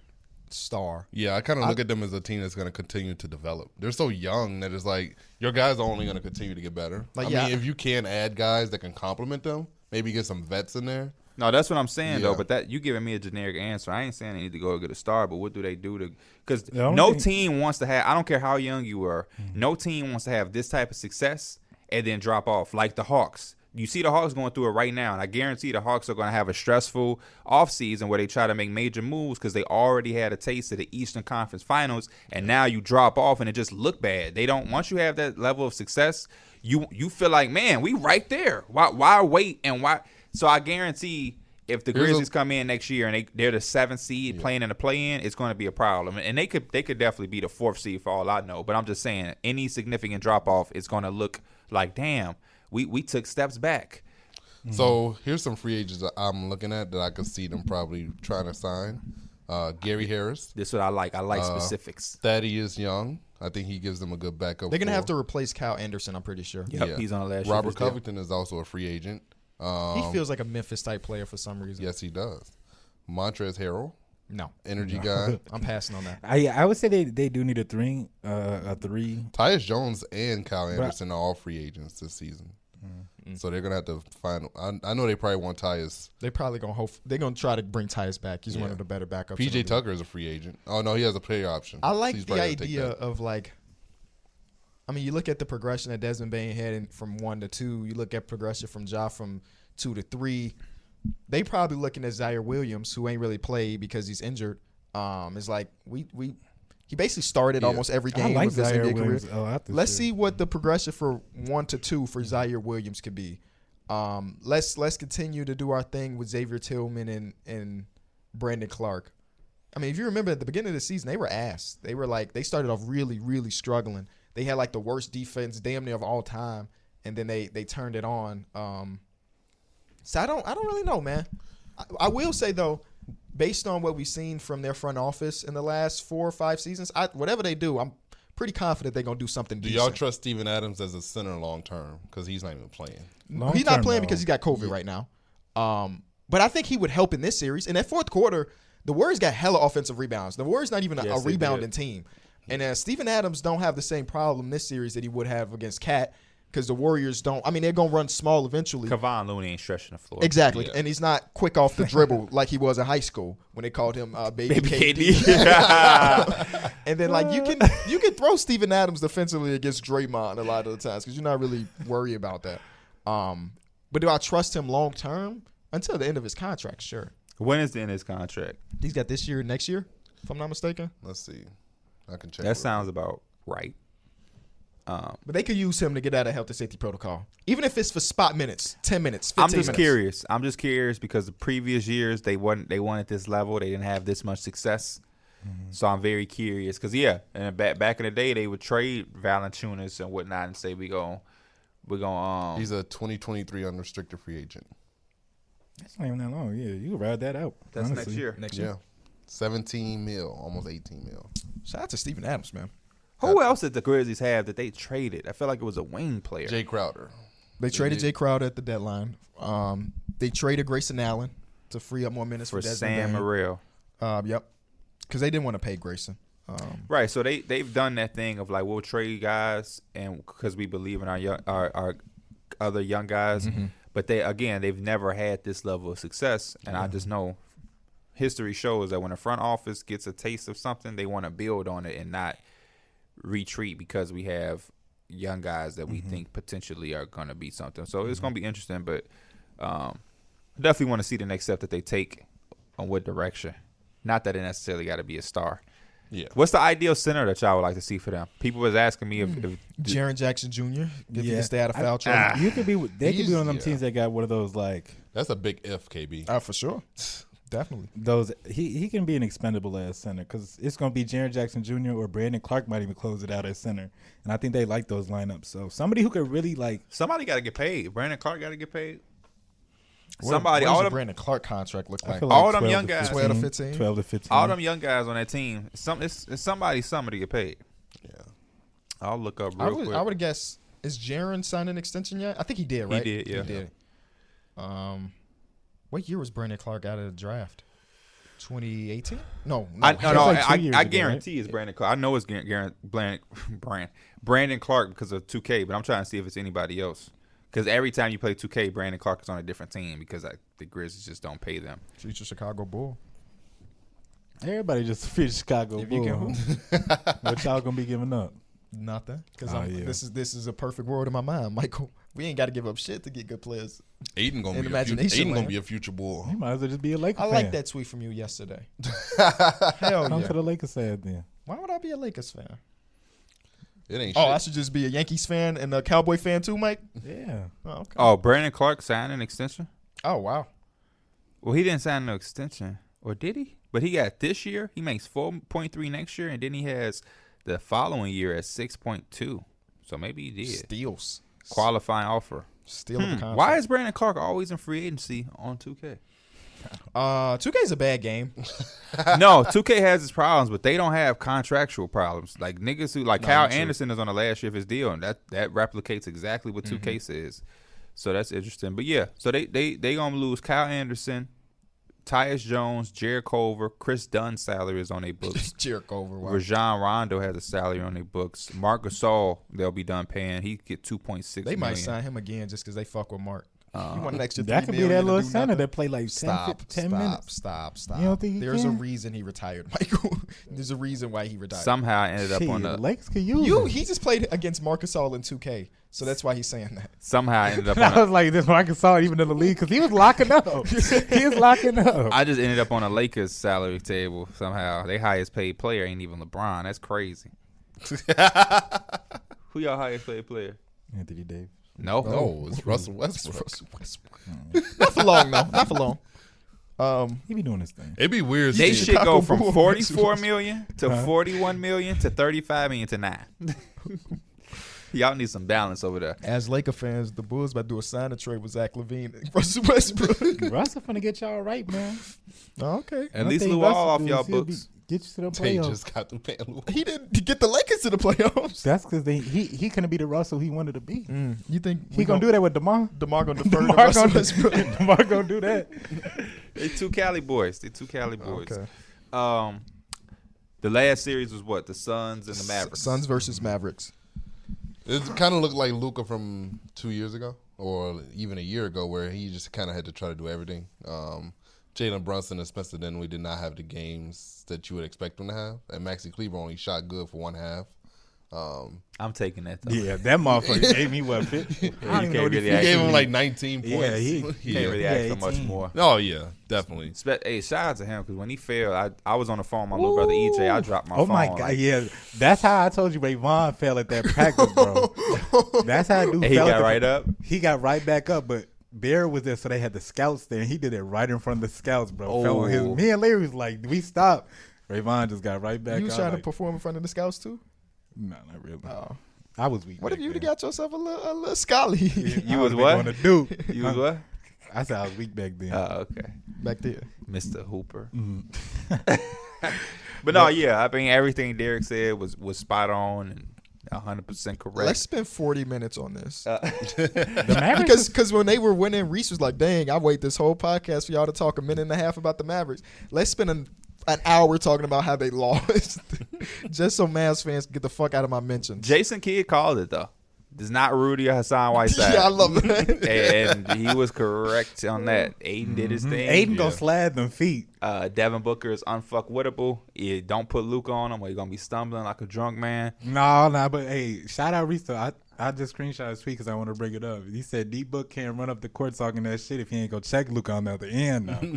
A: star.
C: Yeah, I kind of look at them as a team that's going to continue to develop. They're so young that it's like your guys are only going to continue to get better.
A: Like,
C: I
A: yeah.
C: mean, if you can add guys that can complement them, maybe get some vets in there.
B: No, that's what I'm saying though.
C: Yeah.
B: But that you giving me a generic answer. I ain't saying they need to go get a star. But what do they do to? Because
D: The only
B: no
D: thing-
B: team wants to have. I don't care how young you are.
C: Mm-hmm.
B: No team wants to have this type of success and then drop off like the Hawks. You see the Hawks going through it right now, and I guarantee the Hawks are going to have a stressful offseason where they try to make major moves because they already had a taste of the Eastern Conference Finals, and now you drop off and it just look bad. They don't once you have that level of success, you you feel like man, we right there. Why why wait and why? So I guarantee if the
C: Here's a-
B: Grizzlies come in next year and they they're the seventh seed playing in the play in, it's going to be a problem. And they could they could definitely be the fourth seed for all I know. But I'm just saying, any significant drop off is going to look like damn, we we took steps back.
A: Mm-hmm.
C: So here's some free agents that I'm looking at that I could see them probably trying to sign. Uh, Gary Harris,
B: This is what I like. I like specifics.
C: Thaddeus Young. I think he gives them a good backup.
A: They're gonna have
C: for-
A: to replace Kyle Anderson. I'm pretty sure.
B: Yep, he's on the last. year of his
C: Robert
B: deal.
C: Covington is also a free agent. Um,
A: he feels like a Memphis type player for some reason.
C: yes, he does. Montrez Harrell,
A: No,
C: energy guy.
A: I'm passing on that.
D: I I would say they, they do need a three uh, a three.
C: Tyus Jones and Kyle Anderson are all free agents this season. So they're gonna have to find. I, I know they probably want Tyus.
A: They probably gonna hope they're gonna try to bring Tyus back. He's one
C: Yeah.
A: of the better backups. in the
C: PJ
A: league.
C: Tucker is a free agent. Oh no, he has a player option.
A: I
C: So
A: like
C: he's
A: the
C: probably gonna take
A: idea
C: that.
A: of like. I mean, you look at the progression that Desmond Bain had in, from one to two. You look at progression from Ja from two to three. They probably looking at Zaire Williams, who ain't really played because he's injured. Um, is like we we he basically started almost every
D: I
A: game
D: like
A: of his
D: Zaire
A: NBA career.
D: Williams a lot. This
A: Let's
D: year.
A: see what the progression for one to two for Zaire Williams could be. Um, let's let's continue to do our thing with Xavier Tillman and and Brandon Clark. I mean, if you remember at the beginning of the season, they were ass. They were like they started off really really struggling. They had like the worst defense damn near of all time, and then they they turned it on. Um, so I don't I don't really know, man. I, I will say though, based on what we've seen from their front office in the last four or five seasons, I, whatever they do, I'm pretty confident they're gonna do something.
C: Do
A: decent.
C: y'all trust Steven Adams as a center long term? Because he's not even playing.
D: Long
A: he's not
D: term,
A: playing
D: though.
A: because he got COVID right now. Um, but I think he would help in this series. In that fourth quarter, the Warriors got hella offensive rebounds. The Warriors not even a,
B: Yes,
A: a
B: they
A: rebounding team. And uh, Steven Adams don't have the same problem this series that he would have against Cat because the Warriors don't. I mean, they're gonna run small eventually.
B: Kevon Looney ain't stretching the floor.
A: Exactly, and he's not quick off the dribble like he was in high school when they called him uh, Baby,
B: Baby
A: KD.
B: KD.
A: and then like you can you can throw Steven Adams defensively against Draymond a lot of the times because you're not really worried about that. Um, but do I trust him long term until the end of his contract? Sure,
B: when is the end of his contract?
A: he's got this year, next year, if I'm not mistaken.
C: Let's see. I can check.
B: That
C: real-
B: sounds about right. Um,
A: But they could use him to get out of health and safety protocol, even if it's for spot minutes, ten minutes. 15
B: I'm just
A: minutes.
B: curious. I'm just curious because the previous years they weren't they weren't at this level. They didn't have this much success.
A: Mm-hmm.
B: So I'm very curious because yeah, and back back in the day they would trade Valanciunas and whatnot and say we go we gonna um
C: He's a 2023 unrestricted free agent.
D: That's not even that long. Yeah, you can ride that out.
B: that's
D: honestly.
B: next year.
A: Next year.
C: Yeah, 17 mil, almost 18 mil.
A: Shout out to Steven Adams, man.
B: Who else did the Grizzlies have that they traded? I feel like it was a wing player.
C: Jay Crowder.
A: They traded Jay Crowder at the deadline. Um, they traded Grayson Allen to free up more minutes for,
B: for
A: Desmond
B: Sam
A: Bane.
B: Morril.
A: Um, yep, because they didn't want to pay Grayson. Um,
B: Right, so they they've done that thing of like we'll trade guys and because we believe in our young our, our other young guys, but they again they've never had this level of success, and I just know history shows that when a front office gets a taste of something, they want to build on it and not retreat because we have young guys that
A: Mm-hmm.
B: we think potentially are going to be something. So it's going to be interesting, but um, definitely want to see the next step that they take on what direction. Not that it necessarily got to be a star.
C: Yeah.
B: What's the ideal center that y'all would like to see for them? People was asking me if, if
A: Jaron Jackson Jr. If he
D: Yeah.
A: can stay out of
D: I-
A: foul trouble,
B: Ah.
D: You could be. They could be one of them
C: He's- yeah.
D: teams that got one of those like
C: That's a big if, KB.
A: Ah, for sure, definitely.
D: those. He he can be an expendable as center because it's going to be Jaron Jackson Jr. or Brandon Clark might even close it out as center, and I think they like those lineups. So somebody who could really like
B: somebody got to get paid. Brandon Clark got to get paid.
A: What-
B: somebody,
A: what does
B: all
A: the
B: them,
A: Brandon Clark contract look
D: I
A: like?
D: feel
B: All
D: like
B: them
D: 12
B: young
D: to
B: guys.
A: 12 to 15.
D: twelve to fifteen.
A: mm-hmm.
B: all them young guys on that team. Some it's, it's somebody, somebody get paid.
C: Yeah.
B: I'll look up
A: I
B: real
A: would,
B: quick.
A: I would guess is Jaron signed an extension yet? I think he did, right?
B: did, yeah.
A: He did. Um, what year was Brandon Clark out of the draft? 2018? No, no,
B: I,
A: he
B: no,
A: was
B: no,
D: like two
B: I,
D: years
B: I
D: ago,
B: guarantee it's Brandon Clark. I know it's Gar- Gar- Brand, Brand, Brandon Clark because of 2K, but I'm trying to see if it's anybody else. Because every time you play 2K, Brandon Clark is on a different team because I, the Grizzlies just don't pay them.
A: future Chicago Bull.
D: Everybody just fear Chicago
A: If you can
D: Bulls. what y'all gonna be giving up?
A: Nothing, because
D: Oh,
A: I'm
D: yeah.
A: this is this is a perfect world in my mind, Michael. We ain't got to give up shit to get good players.
C: Aiden
A: In
C: gonna be a future,
A: imagination
C: Aiden gonna
A: land.
C: be a future bull.
D: You might as well just be a Lakers.
A: I like
D: fan.
A: that tweet from you yesterday. Hell
D: Come to
A: yeah!
D: the Lakers side then.
A: Why would I be a Lakers fan?
C: It ain't
A: Oh,
C: shit.
A: I should just be a Yankees fan and a Cowboy fan too, Mike.
D: Yeah.
A: Oh, okay.
B: Oh, Brandon Clark signed an extension?
A: Oh, wow.
B: Well, he didn't sign no extension, or did he? But he got this year. He makes four point three next year, and then he has the following year at six point two. So maybe he did
A: Steals.
B: qualifying offer.
A: Steal of a
B: Hmm,
A: contract.
B: Why is Brandon Clark always in free agency on two K?
A: uh two K is a bad game?
B: no, two K has its problems, but they don't have contractual problems. Like niggas who like Kyle Anderson is on the last year of his deal, and that that replicates exactly what 2
A: Mm-hmm.
B: K says. So that's interesting. But yeah, so they they they gonna lose Kyle Anderson, Tyus Jones, Jared Culver, Chris Dunn's salary is on their books.
A: Jerk over. Wow.
B: Rajon Rondo has a salary on their books. Marc Gasol, they'll be done paying. He get two point six.
A: They might sign him again just because they fuck with Mark. you want an extra three
D: That could be
A: million
D: that
A: to
D: little
A: do
D: center
A: nothing?
D: that played like 10,
A: Uh, Stop,
D: 10
A: stop,
D: minutes.
A: stop, stop.
D: don't think he
A: There's a
D: can?
A: reason he retired, Michael. There's a reason why he retired.
B: Somehow I ended up
D: Shit,
B: on
D: the
B: the.
D: Lakers could use
A: you,
D: him.
A: he just played against Marcus All in 2K, so that's why he's saying that.
B: Somehow I ended up
D: I
B: on.
D: was like, this Marcus Saul even in the league because he was locking up. he was locking
B: A,
D: up.
B: I just ended up on a Lakers salary table somehow. They highest paid player ain't even LeBron. That's crazy. Who y'all highest paid player?
D: Anthony Davis.
B: No,
A: Oh,
C: no, it's Russell Westbrook.
A: Not for long, though. Not for long. Um,
D: He be doing his thing.
C: It'd be weird.
B: They
C: seeing-
B: should
A: Chicago
B: go from
A: Bulls.
B: forty four million to forty one million to thirty five million to nine. y'all need some balance over there.
A: as Laker fans, the Bulls about to do a sign and trade with Zach Levine, and Russell Westbrook.
D: Russell finna get y'all right, man.
A: oh, okay,
B: At
D: One
B: least
D: thing
B: Luol
D: Russell
B: off
D: do
B: y'all
D: is he'll
B: books.
D: be- Get you to the
C: They
D: playoffs.
C: just got through paying.
A: he didn't get the Lakers to the playoffs.
D: That's because they he he couldn't be the Russell he wanted to be.
A: Mm-hmm. Hmm. You think
D: He gonna do that with Demar.
A: Demar gonna defer to
D: Demar
A: Russell
D: gonna,
A: Westbrook?
D: Demar gonna do that.
B: They two Cali boys. They two Cali boys.
A: Okay.
B: Um, the last series was what the Suns and the Mavericks.
A: Suns versus Mavericks.
C: It kind of looked like Luca from two years ago, or even a year ago, where he just kind of had to try to do everything. Um, Jalen Brunson and Spencer Dinwiddie did not have the games that you would expect them to have, and Maxi Kleber only shot good for one half. Um,
B: I'm taking that. Though.
D: Yeah, that motherfucker gave me what? Fit? I
B: you
D: don't even
B: can't
D: know what he
B: really
C: he gave
B: actually-
C: him like 19 points.
D: Yeah, he- he
B: Can't really
D: Yeah,
B: ask for much
D: 18.
B: more.
C: Oh yeah, definitely.
B: Spe- Hey, shout out to him because when he failed, I, I was on the phone. with My little brother EJ, I dropped my
D: oh
B: phone.
D: my god,
B: like,
D: yeah, that's how I told you Rayvon fell at that practice, bro. that's how I do.
B: and he
D: fell at
B: got
D: the-
B: right up.
D: He got right back up, but Bear was there, so they had the scouts there, and he did it right in front of the scouts, bro. Fell on his,
B: Oh.
D: me and Larry was like, "We stop." Rayvon just got right back.
A: You was
D: up,
A: trying to
D: like,
A: perform in front of the scouts too?
D: No, not really.
A: Oh.
D: I was weak.
A: What if
D: back
A: you
D: then.
A: would have got yourself a little, a little scholarly
B: You
D: I
B: was what?
D: don't think I wanna do.
B: You was what?
D: I said I was weak back then.
B: Oh, okay.
A: back there?
B: Mr. Hooper.
D: Mm.
B: but no, yeah, I mean everything Derek said was was spot on and hundred percent
A: Let's
B: correct.
A: spend 40 minutes on this.
B: Uh,
D: the Mavericks
A: Because cause when they were winning, Reese was like, dang, I wait this whole podcast for y'all to talk a minute and a half about the Mavericks. Let's spend an, an hour talking about how they lost. Just so Mavs fans can get the fuck out of my mentions.
B: Jason Kidd called it though. It's not Rudy or Hassan Whiteside.
A: yeah, I love that.
B: and he was correct on that. Aiden did his thing.
D: Mm-hmm. Aiden
B: Yeah.
D: gonna slide them feet.
B: Uh, Devin Booker is unfuckwittable. Yeah, don't put Luke on him, or you're gonna be stumbling like a drunk man.
D: No, no, but hey, shout out Risa. I, I just screenshot his tweet because I want to bring it up. He said D Book can't run up the court talking that shit if he ain't gonna check Luke on the other end. Now.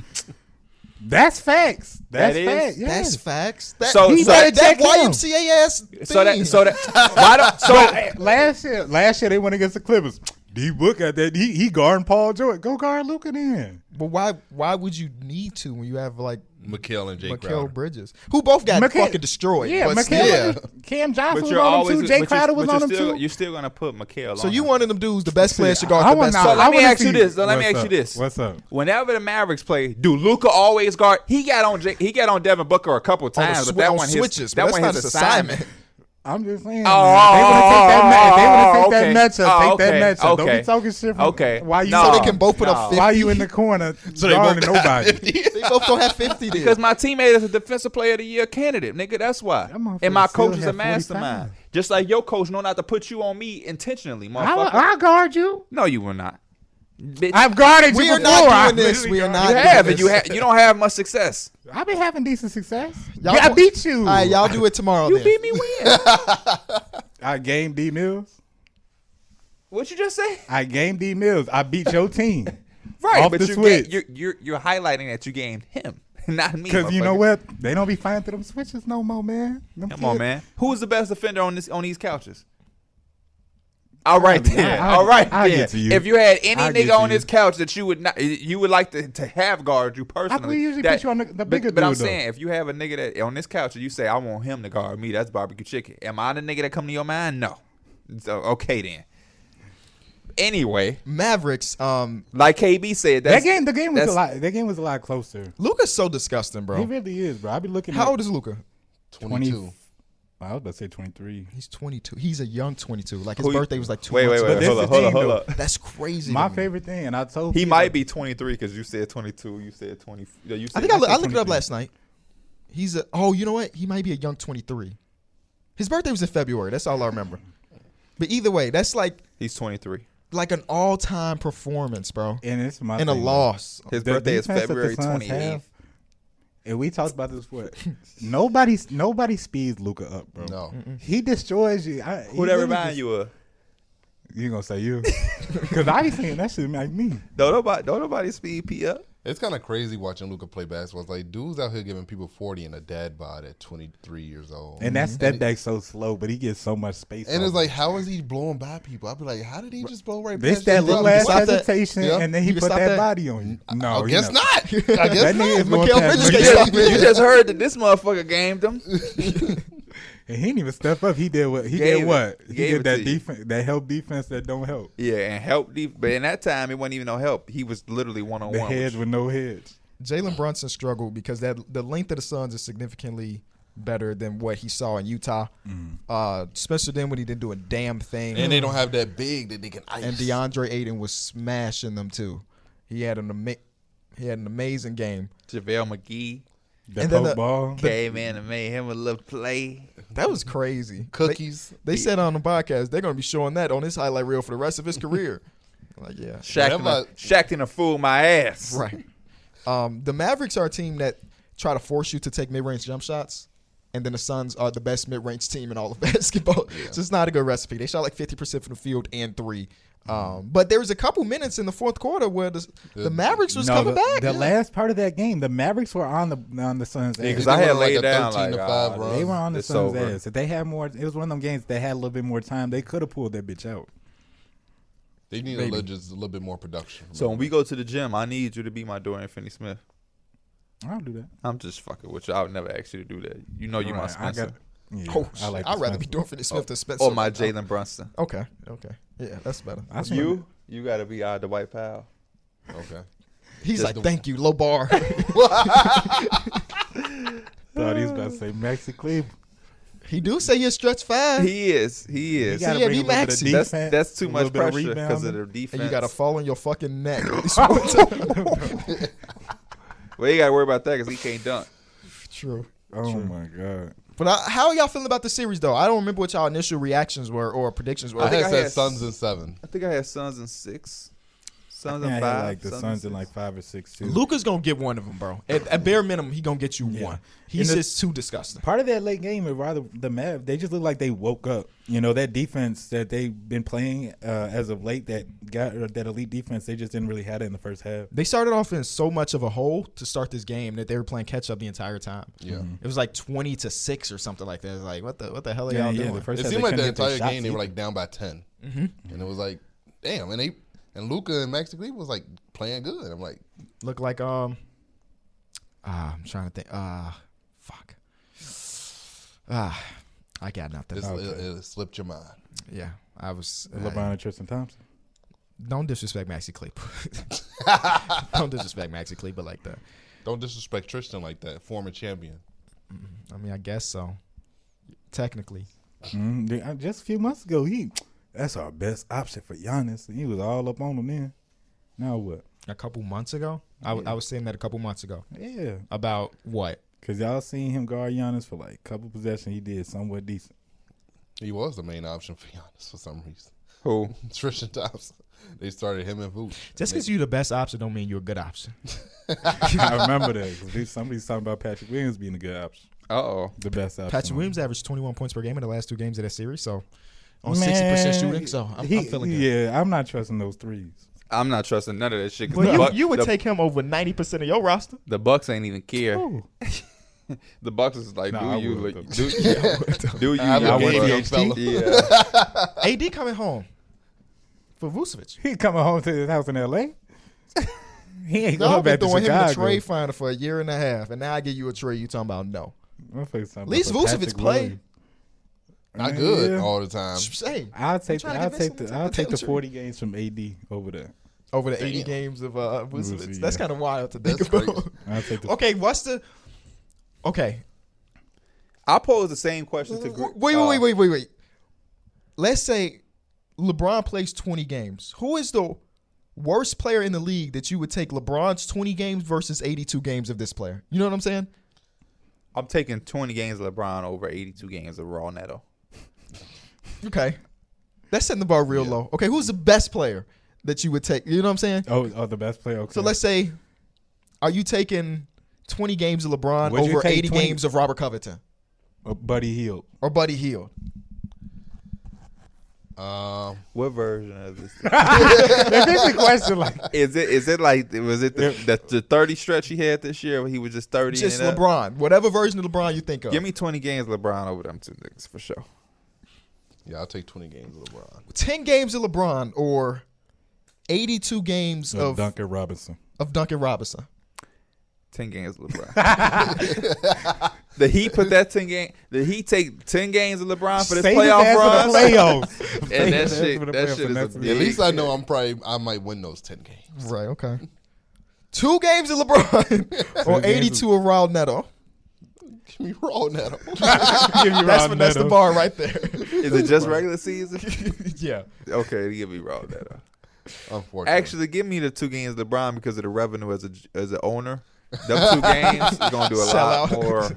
D: That's facts. That's
B: That is-
D: facts.
A: That's facts. That,
B: So-
A: he
B: so-
A: better that
D: check him.
A: YMCA ass.
B: So
A: thing.
B: that, so that, why don't so
D: Hey, eh, last year, last year they went against the Clippers. D Book at that. He, he guarding Paul George. Go guard Luca then.
A: but why? Why would you need to when you have like
C: Mikhail and Jake
A: Mikael
C: Crowder.
A: Bridges, who both got
D: Mikal-
A: fucking destroyed?
D: Yeah,
A: but
D: Mikal-
A: still-
C: Yeah.
D: Cam Johnson
B: But
D: was
B: you're
D: on
B: always
D: him too. Jay
B: but
D: Crowder
B: you're,
D: was
B: but
D: on
B: you're
D: him
B: still,
D: too.
B: You're still gonna put Mikhail.
A: So
B: on
A: you
B: him.
A: one of them dudes, the best player should go
D: I
A: out the
D: wanna
A: best.
D: know-
B: So
A: seller.
D: I
B: let me
D: wanna
B: ask you
D: see-
B: this. So let me
D: what's
B: ask you
D: up?
B: this.
D: What's up?
B: Whenever the Mavericks play, do Luca always guard? He got on J- he got on Devin Booker a
D: Oh,
B: couple
A: On the
B: times,
A: swi-
B: but that
A: on
B: one his
A: switches.
B: that
A: but
B: one
A: that's
B: his
A: not his assignment.
D: I'm just saying.
B: Oh,
D: man, they want to take that match. They want to take that
B: oh,
D: matchup.
B: okay.
D: Take that matchup.
B: Oh,
D: Don't
B: okay.
D: be talking shit. From,
B: Okay.
D: Why you?
B: No.
A: So they can both put
B: No.
A: up 50.
D: Why you in the corner?
C: So they
D: guarding
C: both got
D: nobody.
C: 50.
A: They both don't have 50 there.
B: Because my teammate is a defensive player of the year candidate, nigga. That's why.
D: That motherfucker
B: And my
D: still
B: coach is a
D: had 45.
B: mastermind. Just like your coach know not to put you on me intentionally,
D: I'll,
B: motherfucker.
D: I'll guard you.
B: no, you will not. Bitch,
D: I've guarded
A: We
D: you
A: are
D: before.
A: not
D: I've
A: doing this.
D: literally
A: We are
D: guarded-
A: not
B: you have, and
A: doing
B: you
A: this.
B: ha- you don't have much success.
D: I've been having decent success.
A: Y'all
D: yeah, I
A: want-
D: beat you.
A: All right, y'all do it tomorrow.
B: You
A: then.
B: beat me when?
D: I game D Mills.
B: what you just say?
D: I game D Mills. I beat your team.
B: Right,
D: Off
B: but
D: the
B: you Get,
D: switch.
B: you're, you're you're highlighting that you gamed him, not me.
D: Because you know
B: motherfucker.
D: what? They don't be flying through them switches no more, man. Them
B: Come on,
D: kids-
B: man. Who is the best defender on this on these couches? All right
D: I'll-
B: then.
D: I'll-
B: All right
D: I'll
B: then.
D: get to you.
B: If you had any
D: I'll get
B: nigga
D: to
B: on
D: you.
B: this couch that you would not, you would like to, to have guard you personally.
D: usually
B: that-
D: put you on the- the
B: but-
D: bigger
B: But, I'm
D: dude, though.
B: saying, if you have a nigga that on this couch and you say I want him to guard me, that's barbecue chicken. Am I the nigga that come to your mind? No. So okay then. Anyway,
A: Mavericks. Um,
B: like KB said,
D: That
B: that's,
D: game, the game was a
B: that's-
D: lot. That game was a lot closer.
A: Luca's so disgusting,
D: It
A: bro.
D: really is, bro. I be looking.
A: How
D: at
A: old is Luca?
C: 22.
D: I was about to say twenty three.
A: He's 22. He's a young 22. Like his
B: Who you-
A: birthday was like two.
B: Wait, wait,
A: months
B: wait.
D: this
B: Hold
D: is
B: up,
D: the
B: hold up,
D: thing,
B: hold
D: though.
B: up.
A: ago. That's crazy.
D: My
A: to me.
D: favorite thing, and I told
B: He
D: people-
B: might be 23 because you said 22. You said 20. yeah, You said
A: I think I,
D: That's
A: look,
D: the
A: I looked it up
D: 23.
A: last night. He's a. Oh, you know what? He might be a young 23. His birthday was in February. That's all I remember. But either way, that's like
B: he's 23.
A: like an all time performance, bro,
D: and it's my
A: and a
D: thing,
A: loss.
B: His
D: The
B: birthday is
D: defense that the
B: February
D: Suns
B: 28th.
D: have- And we talked about this before. nobody, nobody speeds Luca up, bro.
C: No.
D: He destroys you. I, he
B: Who that
D: really
B: remind
D: just-
B: you of?
D: You gonna say you? Because I be saying that shit like me.
B: Don't nobody, don't nobody speed P up.
C: It's kind of crazy watching Luca play basketball. It's like dudes out here giving people 40 and a dad bod at 23 years old.
D: And that
A: Mm-hmm.
D: step back's so slow, but he gets so much space.
C: And
D: off
C: it's
D: it.
C: like, how is he blowing by people? I'd be like, how did he just blow right
D: this
C: past
D: that
C: you?
D: little
A: can
D: ass
A: stop that.
D: hesitation,
C: Yeah.
D: and then he
A: You can
D: put
A: stop
D: that,
A: that.
D: body on you. No,
C: I
D: he
C: Oh, guess
D: not.
C: not. I
D: That
C: guess
D: nigga
C: not.
D: is going
A: Mikael
D: past
A: Bridges
D: Luka.
A: can't stop
B: you just heard that this motherfucker gamed him.
D: And he didn't even step up. He did what? He
B: Gave
D: did
B: it.
D: what?
B: He
D: He
B: gave it
D: did that
B: to you.
D: defense, that help defense that don't help.
B: Yeah, and help deep. But in that time, it wasn't even no help. He was literally one on
D: The
B: one.
D: heads with no heads.
A: Jalen Brunson struggled because that the length of the Suns is significantly better than what he saw in Utah. Uh, Spencer Dinwiddie didn't do a damn thing,
C: Mm-hmm. And they don't have that big that they can ice.
A: And DeAndre Ayton was smashing them too. He had an ama- he had an amazing game.
B: JaVale McGee
D: The
A: And then
D: poke
A: the-
D: ball.
B: came in and made him a little play.
A: That was crazy.
C: Cookies.
A: They, they said on the podcast they're going to be showing that on his highlight reel for the rest of his career. like yeah,
B: Shaq
C: Whatever
B: done-
C: I-
B: Shaq done fool my ass.
A: right. Um, the Mavericks are a team that try to force you to take mid range jump shots. and then the Suns are the best mid-range team in all of basketball. So it's not a good recipe. They shot like 50% from the field and three. Um, but there was a couple minutes in the fourth quarter where the, the Mavericks was coming
D: the,
A: back.
D: the
A: Yeah.
D: last part of that game, the Mavericks were on the on the Suns. ass.
B: Because
C: They
B: I
C: went
B: had
C: on like
B: laid
C: a
B: down
C: 13
B: like
C: to
B: God,
C: five run.
D: uh, They were on the
B: it's
D: Suns'
B: over.
D: ass. If they had more, it was one of them games. If they had a little bit more time, they could have pulled that bitch out.
C: They need a little, just a little bit more production. from
B: So
C: them.
B: when we go to the gym, I need you to be my Dorian Finney-Smith.
D: I'll do that.
B: I'm just fucking with you. I would never ask you to do that. You know you my
D: Right, I
B: Spencer
D: got- yeah,
A: Oh,
D: I
A: shit.
D: like
A: I'd
D: the
A: rather be
D: Suns.
A: doing for this Smith than Spencer.
B: or my Jalen Brunson.
A: oh, Okay, okay. Yeah, that's better.
D: I seen-
B: You, you gotta be uh, Dwight Powell.
C: okay,
A: He's
B: Just
A: like,
C: the-
A: thank you, low bar.
D: thought he was about to say Maxi Cleave.
A: he do say you're stretch five.
B: He is. He is.
A: gotta- yeah, be Maxey.
B: that's that's too much pressure because
D: because
B: of the defense.
A: and you gotta fall on your fucking neck. It's one time.
B: well, you gotta worry about that because he can't dunk.
A: True.
D: Oh my god!
A: But I, how y'all feeling about the series though? I don't remember what y'all initial reactions were or predictions were.
C: I,
B: think
C: had
B: I
C: said
B: had-
C: Suns in seven.
B: I think I had Suns in six, Suns
D: Yeah, I
B: in
D: had,
B: five,
D: like the
B: Suns in
D: Suns in
B: six.
D: like five or six too.
A: Luca's gonna get one of them, bro. At, at bare minimum, he gonna get you
D: Yeah.
A: one. He's
D: And the-
A: just too disgusting.
D: Part of that late game, or rather the Mav, they just look like they woke up. You know that defense that they've been playing uh, as of late, that got or that elite defense, they just didn't really have it in the first half.
A: They started off in so much of a hole to start this game that they were playing catch up the entire time.
C: Yeah.
D: Mm-hmm.
A: It was like twenty to six or something like that. It's like what the what the hell are
D: Yeah,
A: y'all
D: yeah,
A: doing?
D: the first
C: It
D: half
C: seemed
D: they
C: like the
D: couldn't get their
C: entire
D: shots
C: game they were
D: either. Mm-hmm.
C: like down by 10 and it was like, damn. And they and Luca and Max Lee was like playing good. I'm like,
A: Look like um, ah, I'm trying to think. Ah, fuck. Ah, I got nothing. Oh,
C: this it, it slipped your mind.
A: yeah, I was. uh,
D: LeBron and Tristan Thompson.
A: Don't disrespect Maxi Cleep. don't disrespect Maxi Cleep, but like that.
C: Don't disrespect Tristan like that, former champion.
A: I mean, I guess so. Technically,
D: Mhm. They- uh, Just a few months ago, he that's our best option for Giannis. And he was all up on him then. Now what?
A: a couple months ago, I, w- I was saying that a couple months ago
D: Yeah,
A: about what
D: because y'all seen him guard Giannis for like a couple possessions. He did somewhat decent.
C: He was the main option for Giannis for some reason.
B: Who?
C: Tristan Thompson. They started him and Vooch.
A: just because you the best option don't mean you're a good option.
D: I remember that 'cause dude, somebody's talking about Patrick Williams being a good option,
B: Uh oh.
D: the best option.
A: Patrick Williams averaged 21 points per game in the last two games of that series, so on
D: Man,
A: 60% shooting. So I'm,
D: he-
A: I'm feeling good.
D: Yeah, I'm not trusting those threes.
B: I'm not trusting none of that shit. 'cause
A: Well,
B: the
A: you,
B: Buck-
A: you would
B: the,
A: take him over 90% of your roster.
B: the Bucks ain't even care.
D: Ooh.
B: The Bucks is like,
D: Nah,
B: do
D: I
B: you
D: would,
B: like,
D: though.
B: do, yeah, do you?
C: I
B: you
D: would
B: Bucks?
C: game, fella.
B: Yeah.
A: AD coming home for Vucevic.
D: He coming home to his house in L.A. he ain't
A: No,
D: going
A: I've been
D: back to
A: throwing him in the
D: Chicago.
A: trade finder for a year and a half, and now I give you a trade. You talking about no?
D: At
A: least Vucevic played.
C: Not good
D: Yeah.
C: all the time.
A: Say
D: I'll take.
A: trying
D: The,
A: to
D: I'll
A: get
D: take
A: Vincent
D: the.
A: to
D: I'll
A: the
D: take the
A: Patriot.
D: forty games from AD over there.
A: over the 80 games of uh, Vucevic.
D: Vucevic,
A: That's
D: yeah.
A: kind of wild to think
C: That's
A: about.
C: crazy.
D: I'll take the.
A: okay, what's the? Okay,
B: I posed the same question to.
A: wait,
B: Gr-
A: wait,
B: uh,
A: wait, wait, wait, wait. Let's say LeBron plays 20 games. Who is the worst player in the league that you would take LeBron's 20 games versus 82 games of this player? You know what I'm saying?
B: Uh, I'm taking 20 games of LeBron over 82 games of Raw Neto.
A: Okay, that's setting the bar real low. Okay, who's the best player that you would take? You know what I'm saying?
D: Oh, oh, the best player. Okay.
A: So let's say, are you taking 20 games of LeBron
D: Would you
A: over
D: take
A: 80
D: 20?
A: games of Robert Covington
D: Uh, Buddy Hield.
A: or Buddy Hield?
C: Um,
B: What version of this?
D: If it's a question like,
B: is it is it like was it the, the, the 30 stretch he had this year where he was just 30?
A: Just
B: and up?
A: LeBron, whatever version of LeBron you think of.
B: Give me 20 games of LeBron over them two niggas for sure.
C: yeah, I'll take 20 games of LeBron.
A: 10 games of LeBron or 82 games
D: uh,
A: of,
D: Duncan Robinson.
A: of Duncan Robinson.
B: 10 games of LeBron. did he put that 10 game? Did he take 10 games of LeBron for this
D: Save his
B: playoff
D: ass
B: run?
D: for the playoffs.
B: And
D: Save
B: that
D: his ass
B: shit,
D: for the
B: that
D: playoffs,
B: shit is
D: and
B: a
D: that's-
B: big.
C: At least I know I'm probably I might win those 10 games.
A: Right, okay. Two games of LeBron or
D: games of-
A: 82 of Raul Neto.
C: Give me raw now.
D: Give you
A: That's,
D: Ron
A: that's the
D: Neto.
A: bar right there.
B: Is it just regular season?
A: yeah.
B: okay, give me raw data.
C: Unfortunately,
B: Actually, give me the two games LeBron because of the revenue as a as an owner. Them two games is gonna do a
A: Sell
B: lot
A: out.
B: more.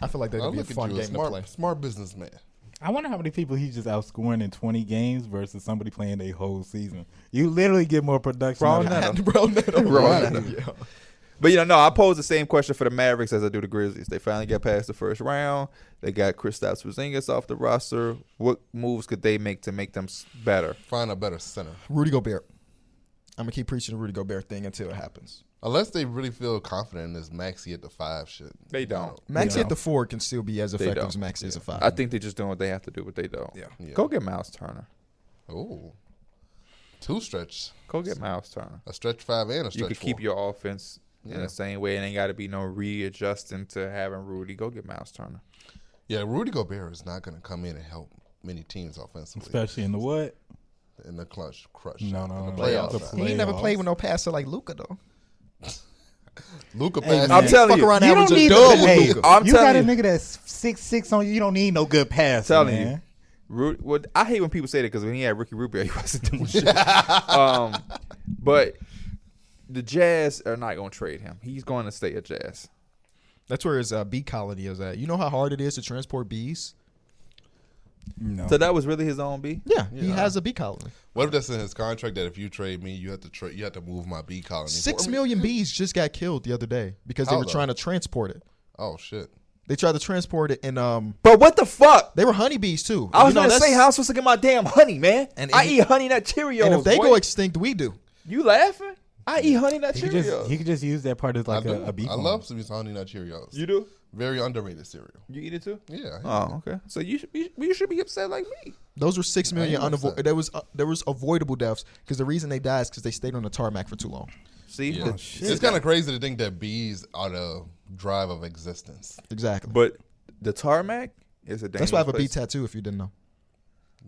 A: I feel like that
C: I
A: would be a
C: look
A: fun
C: at you, a
A: game to play.
C: smart, smart businessman.
D: I wonder how many people he's just outscoring in 20 games versus somebody playing a whole season. You literally get more production.
B: Raw
D: out of-
B: Neto.
A: Raul Neto.
B: Raul
A: Yeah.
B: But you know, no, I pose the same question for the Mavericks as I do the Grizzlies. They finally got past the first round. They got Kristaps Porzingis off the roster. What moves could they make to make them s- better?
C: Find a better center.
A: Rudy Gobert. I'm gonna keep preaching the Rudy Gobert thing until it happens.
C: Unless they really feel confident in this Maxi at the five shit.
B: They don't.
A: Maxi
B: Yeah.
A: at the four can still be as effective
B: don't.
A: as Maxi is at five.
B: I think they're just doing what they have to do, but they don't.
A: Yeah.
C: Yeah.
B: Go get Miles Turner.
C: Oh. Two stretch.
B: Go get Miles Turner.
C: A stretch five and a stretch
B: You could keep
C: four.
B: your offense in
C: Yeah.
B: the same way. It ain't got to be no readjusting to having Rudy. Go get Miles Turner.
C: Yeah, Rudy Gobert is not going to come in and help many teams offensively.
D: especially in the what?
C: in the clutch, crush.
D: No,
C: in
D: no,
C: the
D: no,
C: playoffs.
D: the play-
A: he ain't never
D: playoffs.
A: played with no passer like Luca though.
C: Luca
D: Hey,
C: passed.
D: man.
B: I'm telling
A: Fuck
B: you,
A: around
D: you
A: average
D: don't
A: a
D: need
A: dub
D: no,
A: with
D: hey,
A: Luka.
B: I'm
D: you got
B: telling
D: a
B: you.
D: nigga that's six six on you. You don't need no good pass.
B: telling
D: man.
B: you. Rudy, well, I hate when people say that because when he had Ricky Rubio, he wasn't doing shit. um, but the Jazz are not going to trade him. He's going to stay at Jazz.
A: That's where his uh, bee colony is at. You know how hard it is to transport bees.
D: No.
B: So that was really his own B.
A: Yeah, he has a bee colony.
C: What if that's in his contract that if you trade me, you have to trade, you have to move my B colony?
A: Six
C: for me?
A: million bees just got killed the other day because they
C: How
A: were
C: the-
A: trying to transport it.
C: Oh shit!
A: They tried to transport it, and um,
B: But what the fuck?
A: they were honeybees too.
B: I
A: You
B: was
A: know,
B: going to
A: that's-
B: say how I'm supposed to get my damn honey, man.
A: And-
B: I
A: and-
B: eat honey nut Cheerios.
A: And if they
B: boy.
A: go extinct, we do.
B: you laughing? I eat honey nut
D: he could
B: Cheerios.
D: just he could just use that part as like
C: I,
D: a,
C: do.
D: a beef.
C: I
D: on
C: love
D: it.
C: some Honey Nut Cheerios.
B: you do?
C: Very underrated cereal.
B: You eat it too?
C: Yeah.
B: Oh, okay. So you should be you should be upset like me.
A: Those were six million
C: ain't upset.
A: unavoidable. There was uh, there was avoidable deaths because the reason they died is because they stayed on the tarmac for too long.
B: See,
D: Oh,
C: Yeah. It's kind of crazy to think that bees are the drive of existence.
A: Exactly.
B: but the tarmac is a dangerous
A: that's why I have a bee
B: place.
A: tattoo. If you didn't know,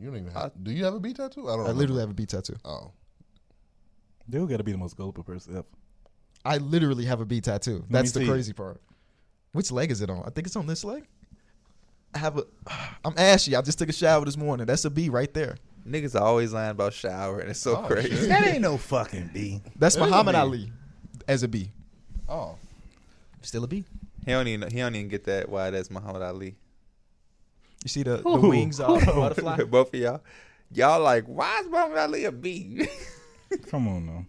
C: You don't even have. do you have a bee tattoo? I don't.
A: I
C: remember.
A: literally have a bee tattoo.
C: Oh,
D: Dude, gotta be the most gullible person ever.
A: I literally have a bee tattoo. That's the
D: see.
A: crazy part. Which leg is it on? I think it's on this leg. I have a. I'm ashy. I just took a shower this morning. That's a bee right there.
B: Niggas are always lying about showering. It's so
C: Oh,
B: crazy.
C: shit.
D: That ain't no fucking B.
A: That's
C: That is a
A: Muhammad
C: bee.
A: Ali as a bee.
C: oh.
A: Still a bee.
B: He don't even he don't even get that why that's Muhammad Ali.
A: You see the, the
D: Ooh.
A: wings of the butterfly.
B: Both of y'all. Y'all like, why is Muhammad Ali a B?
D: Come on now.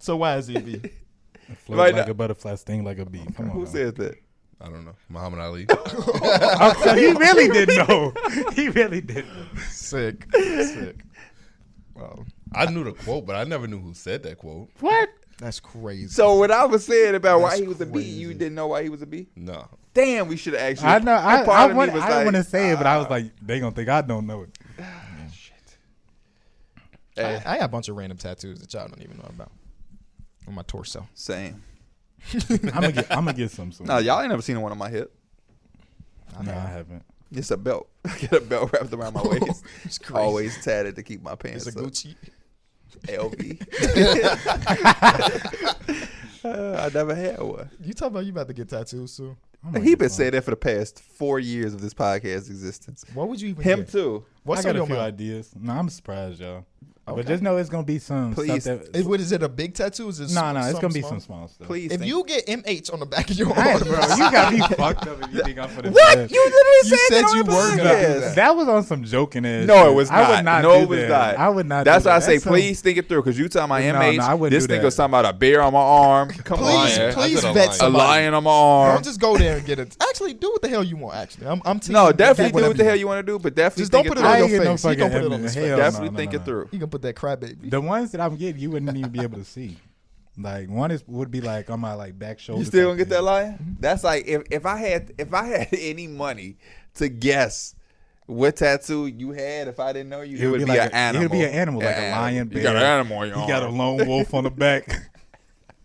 A: So why is he a bee?
D: Float
B: Right
D: like
B: now-
D: a butterfly, sting like a bee. Come on.
B: Who
D: now.
B: said that?
C: I don't know. Muhammad Ali.
D: Oh, so he really didn't know. He really didn't. know.
A: Sick. Sick. Wow.
C: I knew the quote, but I never knew who said that quote.
B: What?
A: That's crazy.
B: So what I was saying about why
A: That's
B: he was a B, you
A: crazy.
B: didn't know why he was a B?
C: No.
B: Damn, we should have actually.
D: I know. I,
B: part
D: I,
B: of me
D: want,
B: was
D: I
B: like, "Ah."
D: want to say it, but I was like, they gonna think I don't know it.
B: eh,
A: I, I got a bunch of random tattoos that y'all don't even know about on my torso.
B: same.
D: I'm gonna get. I'm gonna get some soon.
B: No, y'all ain't never seen one on my hip.
D: No, I haven't.
B: It's a belt. I got a belt wrapped around my waist.
A: It's crazy.
B: Always tatted to keep my pants
A: It's a
B: up.
A: Gucci.
B: LV. Uh, I never had one.
A: You talking about you about to get tattoos soon?
D: I'm gonna
B: He
D: get
B: been
D: some.
B: saying that for the past four years of this podcast existence.
A: What would you even
B: Him
A: get?
B: too.
A: What's
D: I
A: on
D: got a
A: your
D: few
A: mind?
D: ideas. No, I'm surprised, y'all. But
A: Okay.
D: just know it's gonna be some
B: Please.
D: stuff that.
A: Is, what, is it a big tattoo? Is it
D: No, no, it's
A: something
D: gonna be
A: small?
D: some small stuff.
B: Please.
A: If
B: think-
A: you get MH on the back of your
D: Hey,
A: arm,
D: bro, you got me fucked up if you think I'm for this.
B: what you literally
A: You
B: said,
A: said
B: that on
A: you
B: the
A: were gonna do
B: podcast.
A: that.
D: That was on some joking ass.
B: No,
D: shit.
B: it was not.
D: I would not.
B: no,
D: do
B: it was
D: that.
B: not.
D: I would not.
B: That's
D: do
B: why I
D: that.
B: say,
D: That's some-
B: please think it through, because you talking my
D: No,
B: MH.
D: no, I wouldn't
B: this
D: do
B: thing
D: that.
B: was talking about a bear on my arm. Come on,
A: please,
B: man.
C: I
A: please
C: said a
A: vet
C: lion.
B: a
A: somebody.
B: lion on my arm.
A: Don't just go there and get it. Actually, do what the hell you want. Actually, I'm. I'm teasing
B: No,
A: you.
B: definitely do
A: whatever
B: what the hell you want to do, but definitely
A: Just don't
B: think
A: put
B: it
A: it on
D: I
B: through.
A: your
D: ain't get no
A: face. You
D: fucking
A: don't put it on
D: Eminem.
A: his
D: Hell
A: face.
D: no,
B: Definitely
D: no, no,
B: think
D: no.
B: it through.
A: You can put that crybaby.
D: The ones that I'm getting, you wouldn't even be able to see. Like one is would be like on my like back shoulder.
B: You still gonna
D: type
B: get that
D: thing.
B: lion? That's like if, if I had if I had any money to guess what tattoo you had if I didn't know you, it, would be,
D: like
B: an animal.
D: It would be an animal, like a lion, bear.
B: You got an animal on your
D: You got a
B: arm.
D: lone wolf on the back.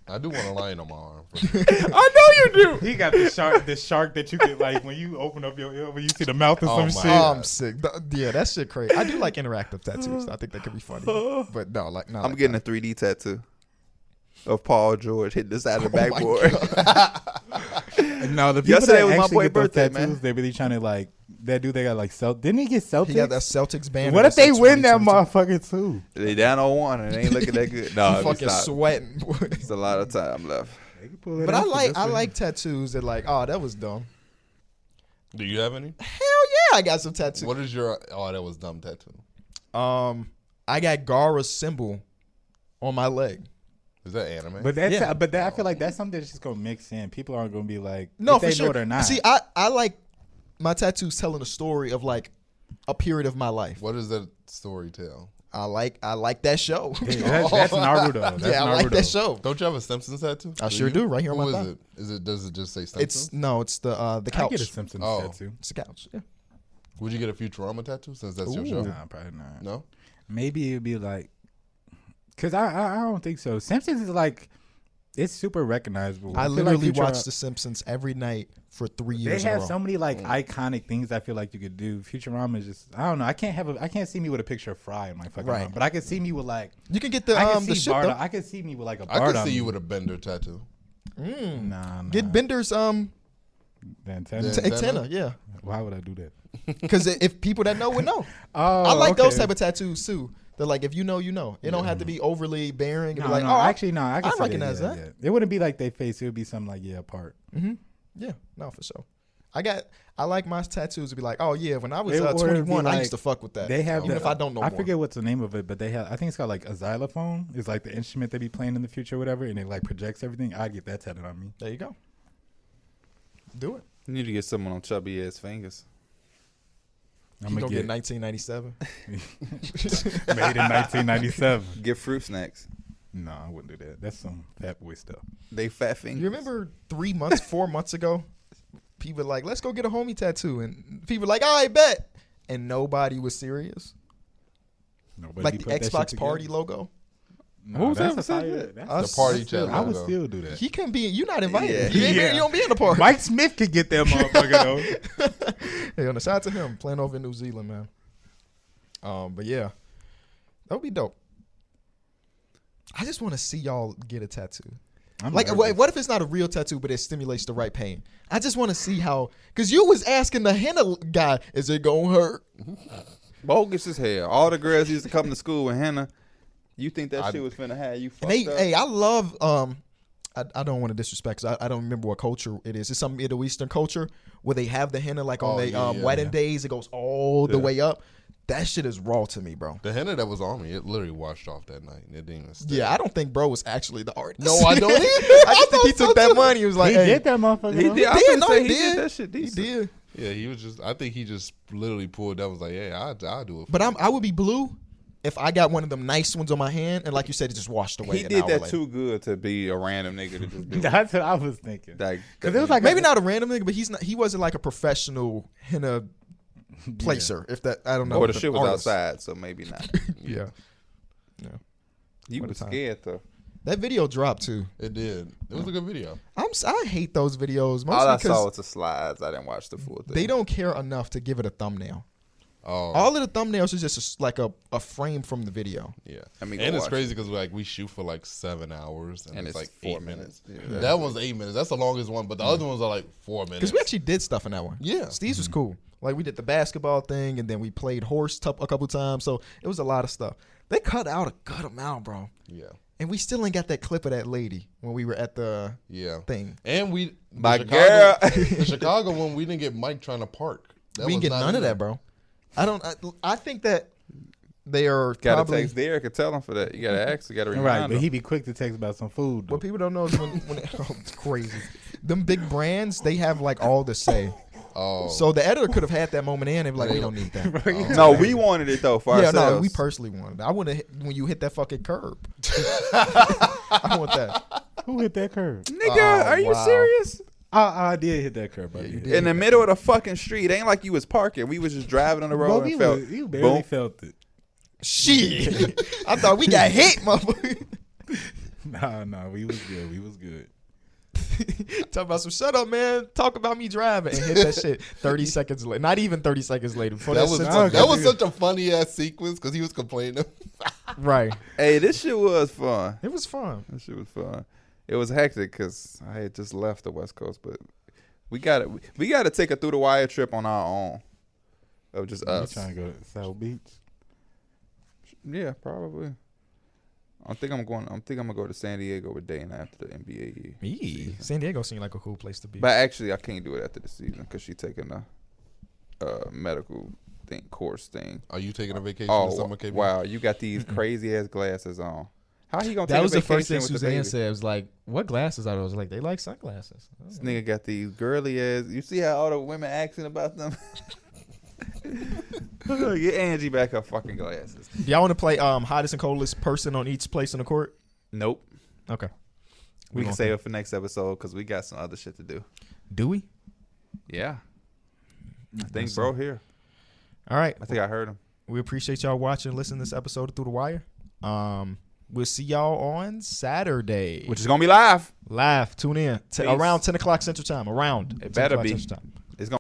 C: I do want a lion on my arm. for sure.
B: I know you do.
D: he got the shark, the shark that you get like when you open up your ear, when you see the mouth or
C: Oh
D: some
C: my
D: shit.
A: Oh, I'm sick. Th- Yeah, that shit crazy. I do like interactive tattoos. I think that could be funny. But no, like no.
B: I'm getting a 3D tattoo of Paul George hitting the side of the
A: my
B: backboard.
D: No, the people
B: Yesterday
D: that
B: was my
D: actually
B: boy
D: get those
B: birthday,
D: tattoos,
B: man.
D: they really trying to like that dude. They got like Celt. Didn't he get Celtics?
A: He got that Celtics banner.
D: what
A: that
D: if they
A: said
D: win that
A: 2022?
D: motherfucker too?
B: they down on one and it ain't looking that good. No,
A: You
B: it's
A: fucking
B: not.
A: sweating. boy.
B: It's a lot of time left.
A: But I like I like tattoos that like oh that was dumb.
C: do you have any?
A: Hell yeah, I got some tattoos.
C: What is your? Oh, that was dumb tattoo.
A: Um, I got Gara's symbol on my leg.
C: Is that anime?
D: But that's
A: Yeah.
D: but that, I feel like that's something that's just gonna mix in. People aren't gonna be like
A: No,
D: if
A: for
D: they
A: sure.
D: know it or not.
A: See, I, I like my tattoos telling a story of like a period of my life.
C: what does that story tell?
A: I like I like that show.
D: Hey, that's, that's Naruto. That's
A: yeah, I
D: Naruto.
A: like that show.
C: Don't you have a Simpsons tattoo?
A: I sure do, right here on
C: What
A: my
C: is
A: thigh.
C: it? Is it? Does it just say Simpsons?
A: It's no, it's the uh, the
D: I
A: couch.
D: get a Simpsons
C: Oh.
D: tattoo.
A: It's the couch. Yeah.
C: Would you get a Futurama tattoo since that's your show?
D: Nah, probably not.
C: No.
D: Maybe it'd be like, cause I, I I don't think so. Simpsons is like, it's super recognizable.
A: I
D: feel like
A: literally
D: Futurama-
A: watch The Simpsons every night for three
D: They
A: years. in a
D: have
A: row.
D: so many like
A: Mm.
D: iconic things. I feel like you could do. Futurama is just I don't know. I can't have a I can't see me with a picture of Fry in my fucking
A: Right.
D: mind, but I can see me with like
A: you can get the
D: I can
A: um the
D: see
A: shit
D: Bardo.
A: though.
D: I can see me with like a
C: I
D: Bardo.
C: could see you with a Bender tattoo.
D: nah, nah.
A: Mm. Get Bender's um
D: the antenna.
A: t-
C: Antenna?
A: antenna, yeah,
D: Why would I do that?
A: because if people that know would know.
D: Oh,
A: I like those
D: okay.
A: type of tattoos too. They're like if you know, you know. It don't have to be overly bearing.
D: No,
A: No, like,
D: no,
A: oh, I-
D: actually, no. I, can
A: I
D: see that,
A: recognize
D: yeah,
A: that.
D: yeah. It wouldn't be like they face. It would be something like yeah, apart.
A: Yeah, no, for sure. I got. I like my tattoos to be like, oh yeah, when I was
D: It-
A: uh,
D: or it'd be
A: 21, I
D: like-
A: used to fuck with that.
D: They have
A: Uh, even
D: the-
A: if I don't know.
D: I
A: more.
D: forget what's the name of it, but they have. I think it's called like a xylophone. It's like the instrument they be playing in the future, or whatever, and it like projects everything. I get that tattooed on me.
A: There you go. Do it.
B: You need to get someone on chubby ass fingers.
D: I'm
A: You
D: gonna
A: gonna get
D: get,
A: 1997.
D: made in 1997.
B: Get fruit snacks.
D: No, I wouldn't do that. That's some fat boy stuff.
B: They fat fingers.
A: You remember three months, four months ago, people were like, let's go get a homie tattoo, and people were like, I bet, and nobody was serious.
D: Nobody
A: like the
D: put that shit
A: Xbox
D: together.
A: Party logo.
D: No,
B: What was
D: that's
B: that
D: a fire-
B: said?
D: that's
A: Us-
D: a-
C: The party
D: that's still-
C: chat
D: I would
C: logo.
D: still do that.
A: He can be. You're not invited.
B: Yeah.
A: You, ain't been-
D: Yeah.
A: you don't be in the party.
D: Mike Smith could get that motherfucker though.
A: Hey, on the side to him playing over in New Zealand, man. Um, but yeah, that would be dope. I just want to see y'all get a tattoo.
D: I'm
A: Like,
D: nervous.
A: what, what if it's not a real tattoo, but it stimulates the right pain? I just want to see how, because you was asking the henna guy, is it gonna hurt?
B: Bogus as hell. All the girls used to come to school with henna. You think that
C: I-
B: shit was finna have you fucked
A: And they,
B: up?
A: hey, I love. Um, I, I don't want to disrespect because I, I don't remember what culture it is. It's some Middle Eastern culture where they have the henna like on
C: Oh,
A: their
C: yeah,
A: um,
C: yeah,
A: wedding
C: yeah.
A: days. It goes all the
B: Yeah.
A: way up. That shit is raw to me, bro.
C: The henna that was on me, it literally washed off that night. It didn't even stick.
A: Yeah, I don't think bro was actually the artist.
C: No, I don't either.
A: I just think he took that money. He was like,
D: he
A: hey,
D: did that motherfucker.
B: He
D: though.
B: did. I
A: He
B: was
A: did,
B: gonna
A: no,
B: say
A: he
B: he
A: did.
B: did that shit
A: He
B: decent.
A: did.
C: Yeah, he was just. I think he just literally pulled that. Was like, yeah, I, I'll do it. for
A: But
C: you."
A: I'm, I would be blue if I got one of them nice ones on my hand, and like you said, it just washed away.
B: He
A: an
B: did
A: hour
B: that
A: later.
B: too good to be a random nigga to just do it.
D: That's what I was thinking.
B: Like,
D: Because it was like
A: Maybe not a random nigga, but he's not. He wasn't like a professional henna placer. If that, I don't know.
B: Or the
A: if
B: shit was
A: artist.
B: outside, so maybe not.
A: Yeah,
B: You
A: What a
B: was
A: time.
B: scared though.
A: that video dropped too.
C: It did. It was a good video.
A: I'm. s- I hate those videos mostly
B: All I saw
A: because
B: was the slides. I didn't watch the full thing.
A: they don't care enough to give it a thumbnail.
C: Oh,
A: All of the thumbnails is just a s like a, a frame from the video.
C: yeah.
B: I mean, go
C: and it's
B: watch
C: crazy because like we shoot for like seven hours and,
B: And
C: it's,
B: it's
C: like
B: four
C: eight minutes.
B: minutes. Yeah.
C: That one's eight minutes. That's the longest one. But the other ones are like four minutes.
A: Because we actually did stuff in that one.
C: Yeah. Mm-hmm.
A: Steve's was cool. Like we did the basketball thing, and then we played horse tup a couple times. So it was a lot of stuff. They cut out a good amount, bro.
C: yeah,
A: And we still ain't got that clip of that lady when we were at the
C: yeah.
A: thing.
C: And we the
B: My
C: Chicago,
B: girl.
C: the Chicago one, we didn't get Mike trying to park. That
A: we
C: was
A: didn't get
C: not
A: none
C: in
A: of that,
C: there.
A: bro. I don't. I, I think that they are
B: Gotta
A: probably.
B: text Derek and tell him for that. You gotta ask. You gotta remind
D: right, but
B: him.
D: he be quick to text about some food. though.
A: What people don't know is when, when it, oh, it's crazy. Them big brands, they have like all to say.
C: Oh,
A: So the editor could have had that moment in and be like, we don't need that.
B: no, we wanted it though for
A: yeah,
B: ourselves.
A: no, we personally wanted. it. I want to when you hit that fucking curb. I want that.
D: Who hit that curb?
B: Nigga,
A: Oh,
B: are you
A: wow.
B: serious?
D: I, I did hit that curb. I did.
B: In the middle of the fucking street, ain't like you was parking. We was just driving on the road
D: Bro,
B: and
D: you,
B: felt
D: was- you barely
B: boom.
D: felt it.
A: Shit, I thought we got hit, motherfucker.
D: Nah, nah, we was good. We was good.
A: Talk about some shut up, man. Talk about me driving and hit that shit. Thirty seconds later, not even thirty seconds later. Before
C: that
A: Oh, that,
C: was
A: sentence-
D: not-
C: that was such a funny ass sequence because he was complaining.
A: right.
B: Hey, this shit was fun.
A: It was fun.
B: This shit was fun. It was hectic because I had just left the West Coast, but we got to we got to take a through the wire trip on our own. Of just
D: You
B: us.
D: trying to go to South Beach?
B: Yeah, probably. I think I'm going. I think I'm gonna go to San Diego with Dana after the NBA year.
A: Me. San Diego seemed like a cool place to be.
B: But actually, I can't do it after the season because she's taking a, uh medical thing course thing.
C: Are you taking a vacation? or
B: Oh
C: summer vacation?
B: wow, you got these crazy ass glasses on. How he gonna
E: That
B: take
E: was
B: a
E: the first thing
B: vacation with the
E: Suzanne
B: baby?
E: said. It was like, what glasses are those? Like, they like sunglasses.
B: This nigga got these girly ass. You see how all the women asking about them? Get Angie back her fucking glasses.
A: Do y'all want to play um, hottest and coldest person on each place on the court?
B: Nope.
A: Okay.
B: We can
A: won't.
B: save it for next episode because we got some other shit to do.
E: Do we?
B: Yeah. I think bro here.
A: All right.
B: I think I heard him.
A: We appreciate y'all watching and listening to this episode of Through the Wire. Um, we'll see y'all on Saturday.
B: Which is gonna be live.
A: live. Tune in t-
B: Peace.
A: around 10 o'clock Central Time. Around. 10
B: better
A: o'clock
B: be.
A: Central Time.
B: It's gonna